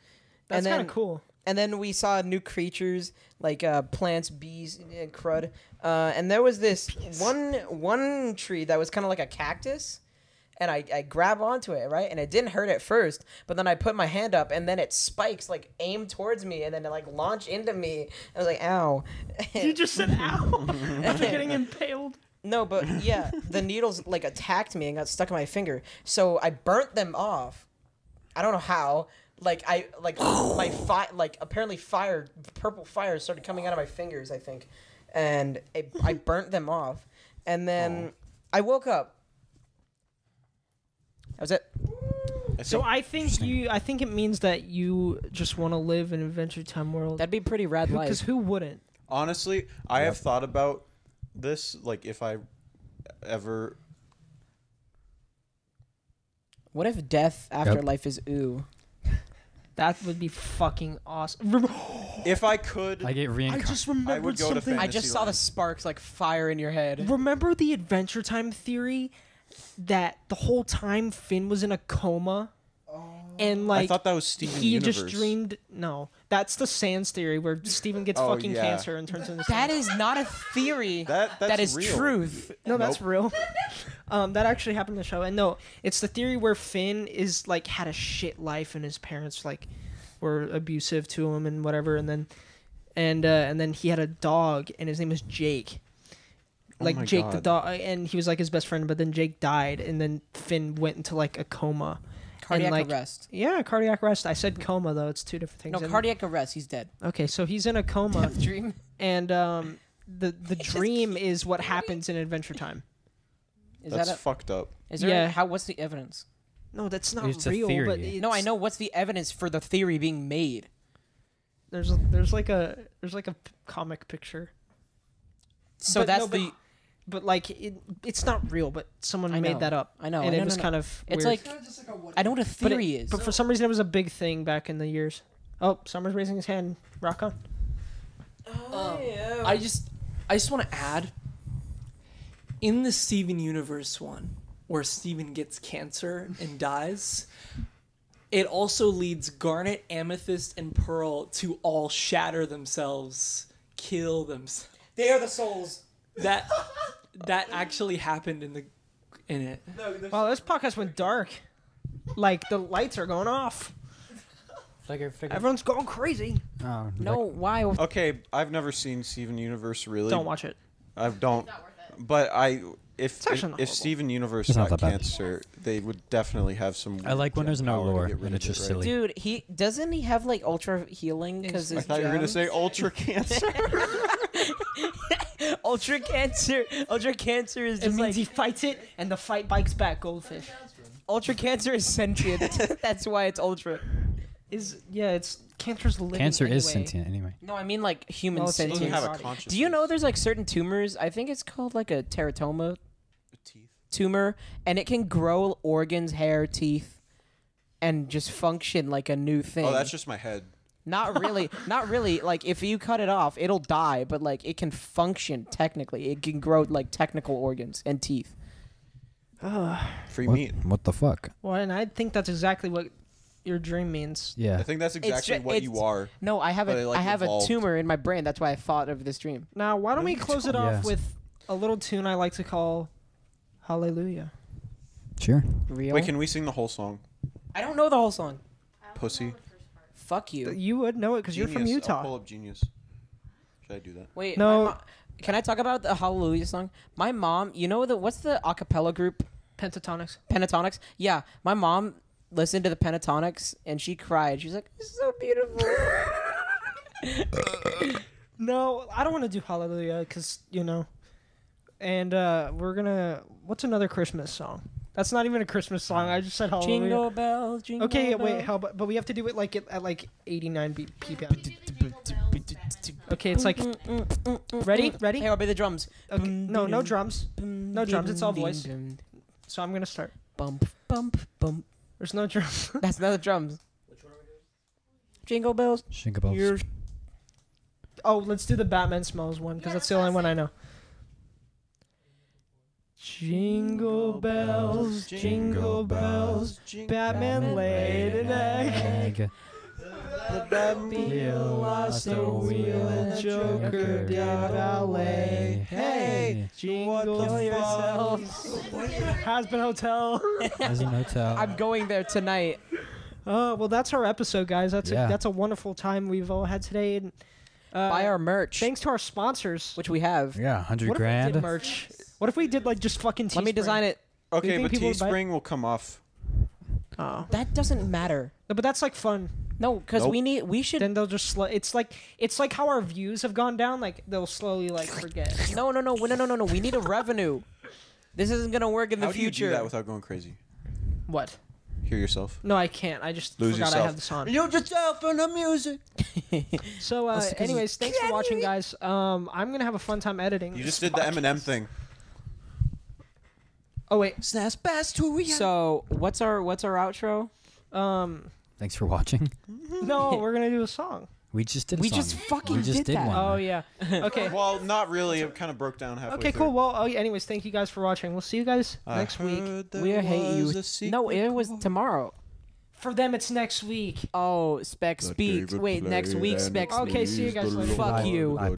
Speaker 1: That's
Speaker 2: and
Speaker 1: kind of
Speaker 2: then
Speaker 1: cool.
Speaker 2: and then we saw new creatures like uh, plants, bees, and crud. Uh, and there was this one one tree that was kind of like a cactus, and I, I grab onto it right, and it didn't hurt at first, but then I put my hand up, and then it spikes like aim towards me, and then it like launch into me. I was like, ow. *laughs*
Speaker 1: You just said ow after getting impaled.
Speaker 2: No, but yeah, the needles like attacked me and got stuck in my finger. So I burnt them off. I don't know how. Like I like my fi- like apparently fire purple fire started coming out of my fingers, I think. And it, I burnt them off. And then I woke up. That was it.
Speaker 1: So I think you. I think it means that you just want to live in Adventure Time world.
Speaker 2: That'd be pretty rad
Speaker 1: Because
Speaker 2: life.
Speaker 1: who wouldn't?
Speaker 3: Honestly, I have thought about this. Like, if I ever
Speaker 2: What if death after life is ooh?
Speaker 1: That would be fucking awesome.
Speaker 3: If I could,
Speaker 4: I
Speaker 3: I,
Speaker 4: get reincarnated.
Speaker 3: would go to fantasy.
Speaker 2: I just saw the sparks like fire in your head.
Speaker 1: Remember the Adventure Time theory that the whole time Finn was in a coma, and like
Speaker 3: Oh. I thought that was Steven
Speaker 1: he
Speaker 3: Universe.
Speaker 1: just dreamed. No, that's the Sans theory where Steven gets
Speaker 3: Oh,
Speaker 1: fucking
Speaker 3: yeah.
Speaker 1: cancer and turns into.
Speaker 2: That is not a theory.
Speaker 3: That- that's
Speaker 2: that is
Speaker 3: real.
Speaker 2: truth.
Speaker 1: No, that's
Speaker 3: Nope.
Speaker 1: real. *laughs* Um, that actually happened in the show. And no, it's the theory where Finn is like had a shit life and his parents like were abusive to him and whatever. And then and uh, and then he had a dog and his name was Jake. Like
Speaker 3: my
Speaker 1: Jake the
Speaker 3: God.
Speaker 1: dog, and he was like his best friend. But then Jake died, and then Finn went into like a coma.
Speaker 7: Cardiac
Speaker 1: and, like,
Speaker 7: arrest.
Speaker 1: Yeah, cardiac arrest. I said coma though; it's two different things.
Speaker 7: No,
Speaker 1: And-
Speaker 7: cardiac arrest. He's
Speaker 1: *laughs*
Speaker 7: dead.
Speaker 1: Okay, so he's in a *laughs* coma,
Speaker 7: Dream.
Speaker 1: and um, the the dream is what happens in Adventure Time.
Speaker 7: Is
Speaker 3: That's
Speaker 7: that a,
Speaker 3: fucked up.
Speaker 7: is there
Speaker 1: Yeah.
Speaker 7: how? What's the evidence?
Speaker 1: No, that's not
Speaker 4: It's a
Speaker 1: real. But
Speaker 4: theory.
Speaker 7: No, I
Speaker 1: it's-
Speaker 7: know. What's the evidence for the theory being made?
Speaker 1: There's a, there's like a there's like a p- comic picture,
Speaker 7: So
Speaker 1: But
Speaker 7: that's
Speaker 1: no, but-
Speaker 7: the.
Speaker 1: but like it, it's not real. But someone
Speaker 7: I
Speaker 1: made
Speaker 7: know.
Speaker 1: that up.
Speaker 7: I know.
Speaker 1: and
Speaker 7: I
Speaker 1: it
Speaker 7: know,
Speaker 1: was
Speaker 7: no, no.
Speaker 1: kind of
Speaker 7: It's
Speaker 1: weird.
Speaker 7: like I know what a
Speaker 1: But it-
Speaker 7: theory is.
Speaker 1: But for some reason, it was a big thing back in the years. Oh, Summer's raising his hand. Rock on.
Speaker 9: I just I just want to add in the Steven Universe one where Steven gets cancer and dies it also leads Garnet, Amethyst and Pearl to all shatter themselves, kill themselves.
Speaker 2: They are the souls.
Speaker 9: That that actually happened in the in it.
Speaker 1: Wow, this podcast went dark. Like the lights are going off.
Speaker 4: Flicker, flicker.
Speaker 1: Everyone's going crazy.
Speaker 4: Oh,
Speaker 7: no, why?
Speaker 3: Okay, I've never seen Steven Universe really.
Speaker 1: Don't watch it.
Speaker 3: I don't. But I, if
Speaker 1: actually
Speaker 3: if,
Speaker 1: not
Speaker 3: if
Speaker 1: horrible.
Speaker 3: Steven Universe
Speaker 4: It's not
Speaker 3: got
Speaker 4: that bad.
Speaker 3: cancer, they would definitely have some.
Speaker 4: I like when
Speaker 3: weird
Speaker 4: there's no
Speaker 3: power to
Speaker 4: lore
Speaker 3: get rid
Speaker 4: and
Speaker 3: of
Speaker 4: it's
Speaker 3: it,
Speaker 4: just
Speaker 3: right?
Speaker 4: silly.
Speaker 7: Dude, he doesn't he have like ultra healing because
Speaker 3: I thought you were gonna say ultra cancer.
Speaker 2: *laughs* Ultra cancer. Ultra cancer is
Speaker 1: It means
Speaker 2: just like
Speaker 1: he fights it, and the fight bites back. Goldfish
Speaker 2: ultra cancer is sentient.
Speaker 1: *laughs*
Speaker 2: *laughs* That's why it's ultra.
Speaker 1: is yeah. It's cancer's living.
Speaker 4: Cancer is
Speaker 1: anyway.
Speaker 4: sentient anyway.
Speaker 7: No, I mean like human
Speaker 1: Well, it's
Speaker 7: sentience.
Speaker 1: alien
Speaker 3: have a
Speaker 1: body.
Speaker 3: consciousness.
Speaker 7: Do you know there's like certain tumors? I think it's called like a teratoma
Speaker 3: Teeth.
Speaker 7: tumor, and it can grow organs, hair, teeth,
Speaker 2: and just function like a new thing.
Speaker 3: Oh, that's just my head.
Speaker 2: not
Speaker 3: *laughs*
Speaker 2: really, not really. Like if you cut it off, it'll die, but like it can function technically. It can grow like technical organs and teeth.
Speaker 3: Free
Speaker 4: What,
Speaker 3: meat.
Speaker 4: what the fuck?
Speaker 1: Well, and I think that's exactly what your dream means.
Speaker 4: Yeah.
Speaker 3: I think that's exactly
Speaker 2: ju-
Speaker 3: what you
Speaker 2: it's-
Speaker 3: are.
Speaker 2: No, I have
Speaker 3: But
Speaker 2: a,
Speaker 3: it, like,
Speaker 2: I have
Speaker 3: evolved.
Speaker 2: a tumor in my brain. That's why I thought of this dream.
Speaker 1: Now, why don't we close it off
Speaker 4: Yes.
Speaker 1: with a little tune I like to call Hallelujah?
Speaker 4: Sure.
Speaker 2: Real.
Speaker 3: Wait, can we sing the whole song?
Speaker 2: I don't know the whole song.
Speaker 3: Pussy.
Speaker 2: Fuck you.
Speaker 1: You would know it because you're from
Speaker 3: Genius. I'll
Speaker 1: Utah.
Speaker 3: pull up Genius. Should I do that?
Speaker 2: Wait,
Speaker 1: No.
Speaker 2: no. can I talk about the Hallelujah song? My mom, you know the what's the a cappella group
Speaker 1: Pentatonics.
Speaker 2: Pentatonics? Yeah, my mom listened to the Pentatonics and she cried. She's like, "It's so
Speaker 1: *laughs*
Speaker 2: beautiful." *laughs*
Speaker 1: No, I don't want to do Hallelujah because you know. And uh, we're gonna. What's another Christmas song? That's not even a Christmas song. I just said Hallelujah.
Speaker 2: jingle bells, jingle.
Speaker 1: Okay, yeah, wait.
Speaker 2: bells.
Speaker 1: How about? But we have to do it like it at like 89 beat
Speaker 2: *laughs*
Speaker 1: BPM.
Speaker 6: Okay.
Speaker 1: Okay, it's like
Speaker 2: Mm,
Speaker 1: ready, ready.
Speaker 2: Hey, I'll be the drums.
Speaker 1: Okay, no, no drums. No drums. It's all voice. So I'm gonna start.
Speaker 2: Bump, bump, bump. *laughs*
Speaker 1: There's no drum.
Speaker 2: That's not the drums. Jingle bells.
Speaker 4: Think about
Speaker 2: You're
Speaker 1: Oh, let's do the Batman Smells one because that's the only one I know. Jingle bells, jingle bells, Batman laid an egg.
Speaker 4: egg.
Speaker 1: Batmobile lost a wheel and Joker did ballet. Hey, jingle bells, has been *laughs* hotel.
Speaker 4: As a
Speaker 1: Uh,
Speaker 4: hotel.
Speaker 2: I'm going there tonight.
Speaker 1: Oh well, that's our episode, guys. That's
Speaker 4: Yeah.
Speaker 1: a, that's a wonderful time we've all had today. And, uh,
Speaker 2: Buy our merch,
Speaker 1: thanks to our sponsors.
Speaker 2: which we have.
Speaker 4: yeah, hundred
Speaker 1: What if we did
Speaker 4: grand.
Speaker 1: merch? What if we did like just fucking?
Speaker 2: Let me design it.
Speaker 3: Okay,
Speaker 1: think
Speaker 3: but
Speaker 1: people would buy it?
Speaker 3: Teespring will come off.
Speaker 1: Oh,
Speaker 2: That doesn't matter.
Speaker 1: but that's like
Speaker 2: *laughs*
Speaker 1: fun.
Speaker 2: No, because
Speaker 3: Nope.
Speaker 2: we need. We should.
Speaker 1: Then they'll just slow. It's like it's like how our views have gone down. Like they'll slowly like forget.
Speaker 2: no, no, no, no, no, no, no. We need
Speaker 1: *laughs*
Speaker 2: a revenue. This isn't gonna work in the
Speaker 3: How do you
Speaker 2: future.
Speaker 3: do that without going crazy?
Speaker 1: What?
Speaker 3: Hear yourself.
Speaker 1: No, I can't. I just
Speaker 3: Lose
Speaker 1: forgot I
Speaker 3: yourself.
Speaker 1: have this on.
Speaker 3: Lose yourself in the music.
Speaker 1: So, uh,
Speaker 2: Also 'cause-
Speaker 1: anyways, thanks for watching, guys. Um, I'm gonna have a fun time editing.
Speaker 3: You just did the Eminem thing.
Speaker 1: oh wait.
Speaker 3: Snaps past who we
Speaker 2: so what's our what's our outro?
Speaker 1: Um,
Speaker 4: Thanks for watching.
Speaker 2: *laughs*
Speaker 1: no, we're gonna do a song.
Speaker 4: We just did. A
Speaker 2: We
Speaker 4: song.
Speaker 2: just fucking
Speaker 4: We just
Speaker 2: did
Speaker 4: did,
Speaker 2: that.
Speaker 4: one.
Speaker 1: Oh yeah.
Speaker 2: *laughs*
Speaker 1: Okay.
Speaker 3: Well, not really. It kind of broke down halfway
Speaker 1: Okay.
Speaker 3: through.
Speaker 1: Cool. Well. Oh, yeah, anyways, thank you guys for watching. We'll see you guys
Speaker 3: I
Speaker 1: next week.
Speaker 3: heard there
Speaker 2: We hate
Speaker 3: was
Speaker 2: you.
Speaker 3: a secret
Speaker 2: No, it was tomorrow.
Speaker 1: For them, it's next week.
Speaker 2: Oh, spec speaks. Wait, next week spec
Speaker 1: Okay.
Speaker 2: speaks.
Speaker 1: See you guys later.
Speaker 2: Fuck you.
Speaker 4: Bye.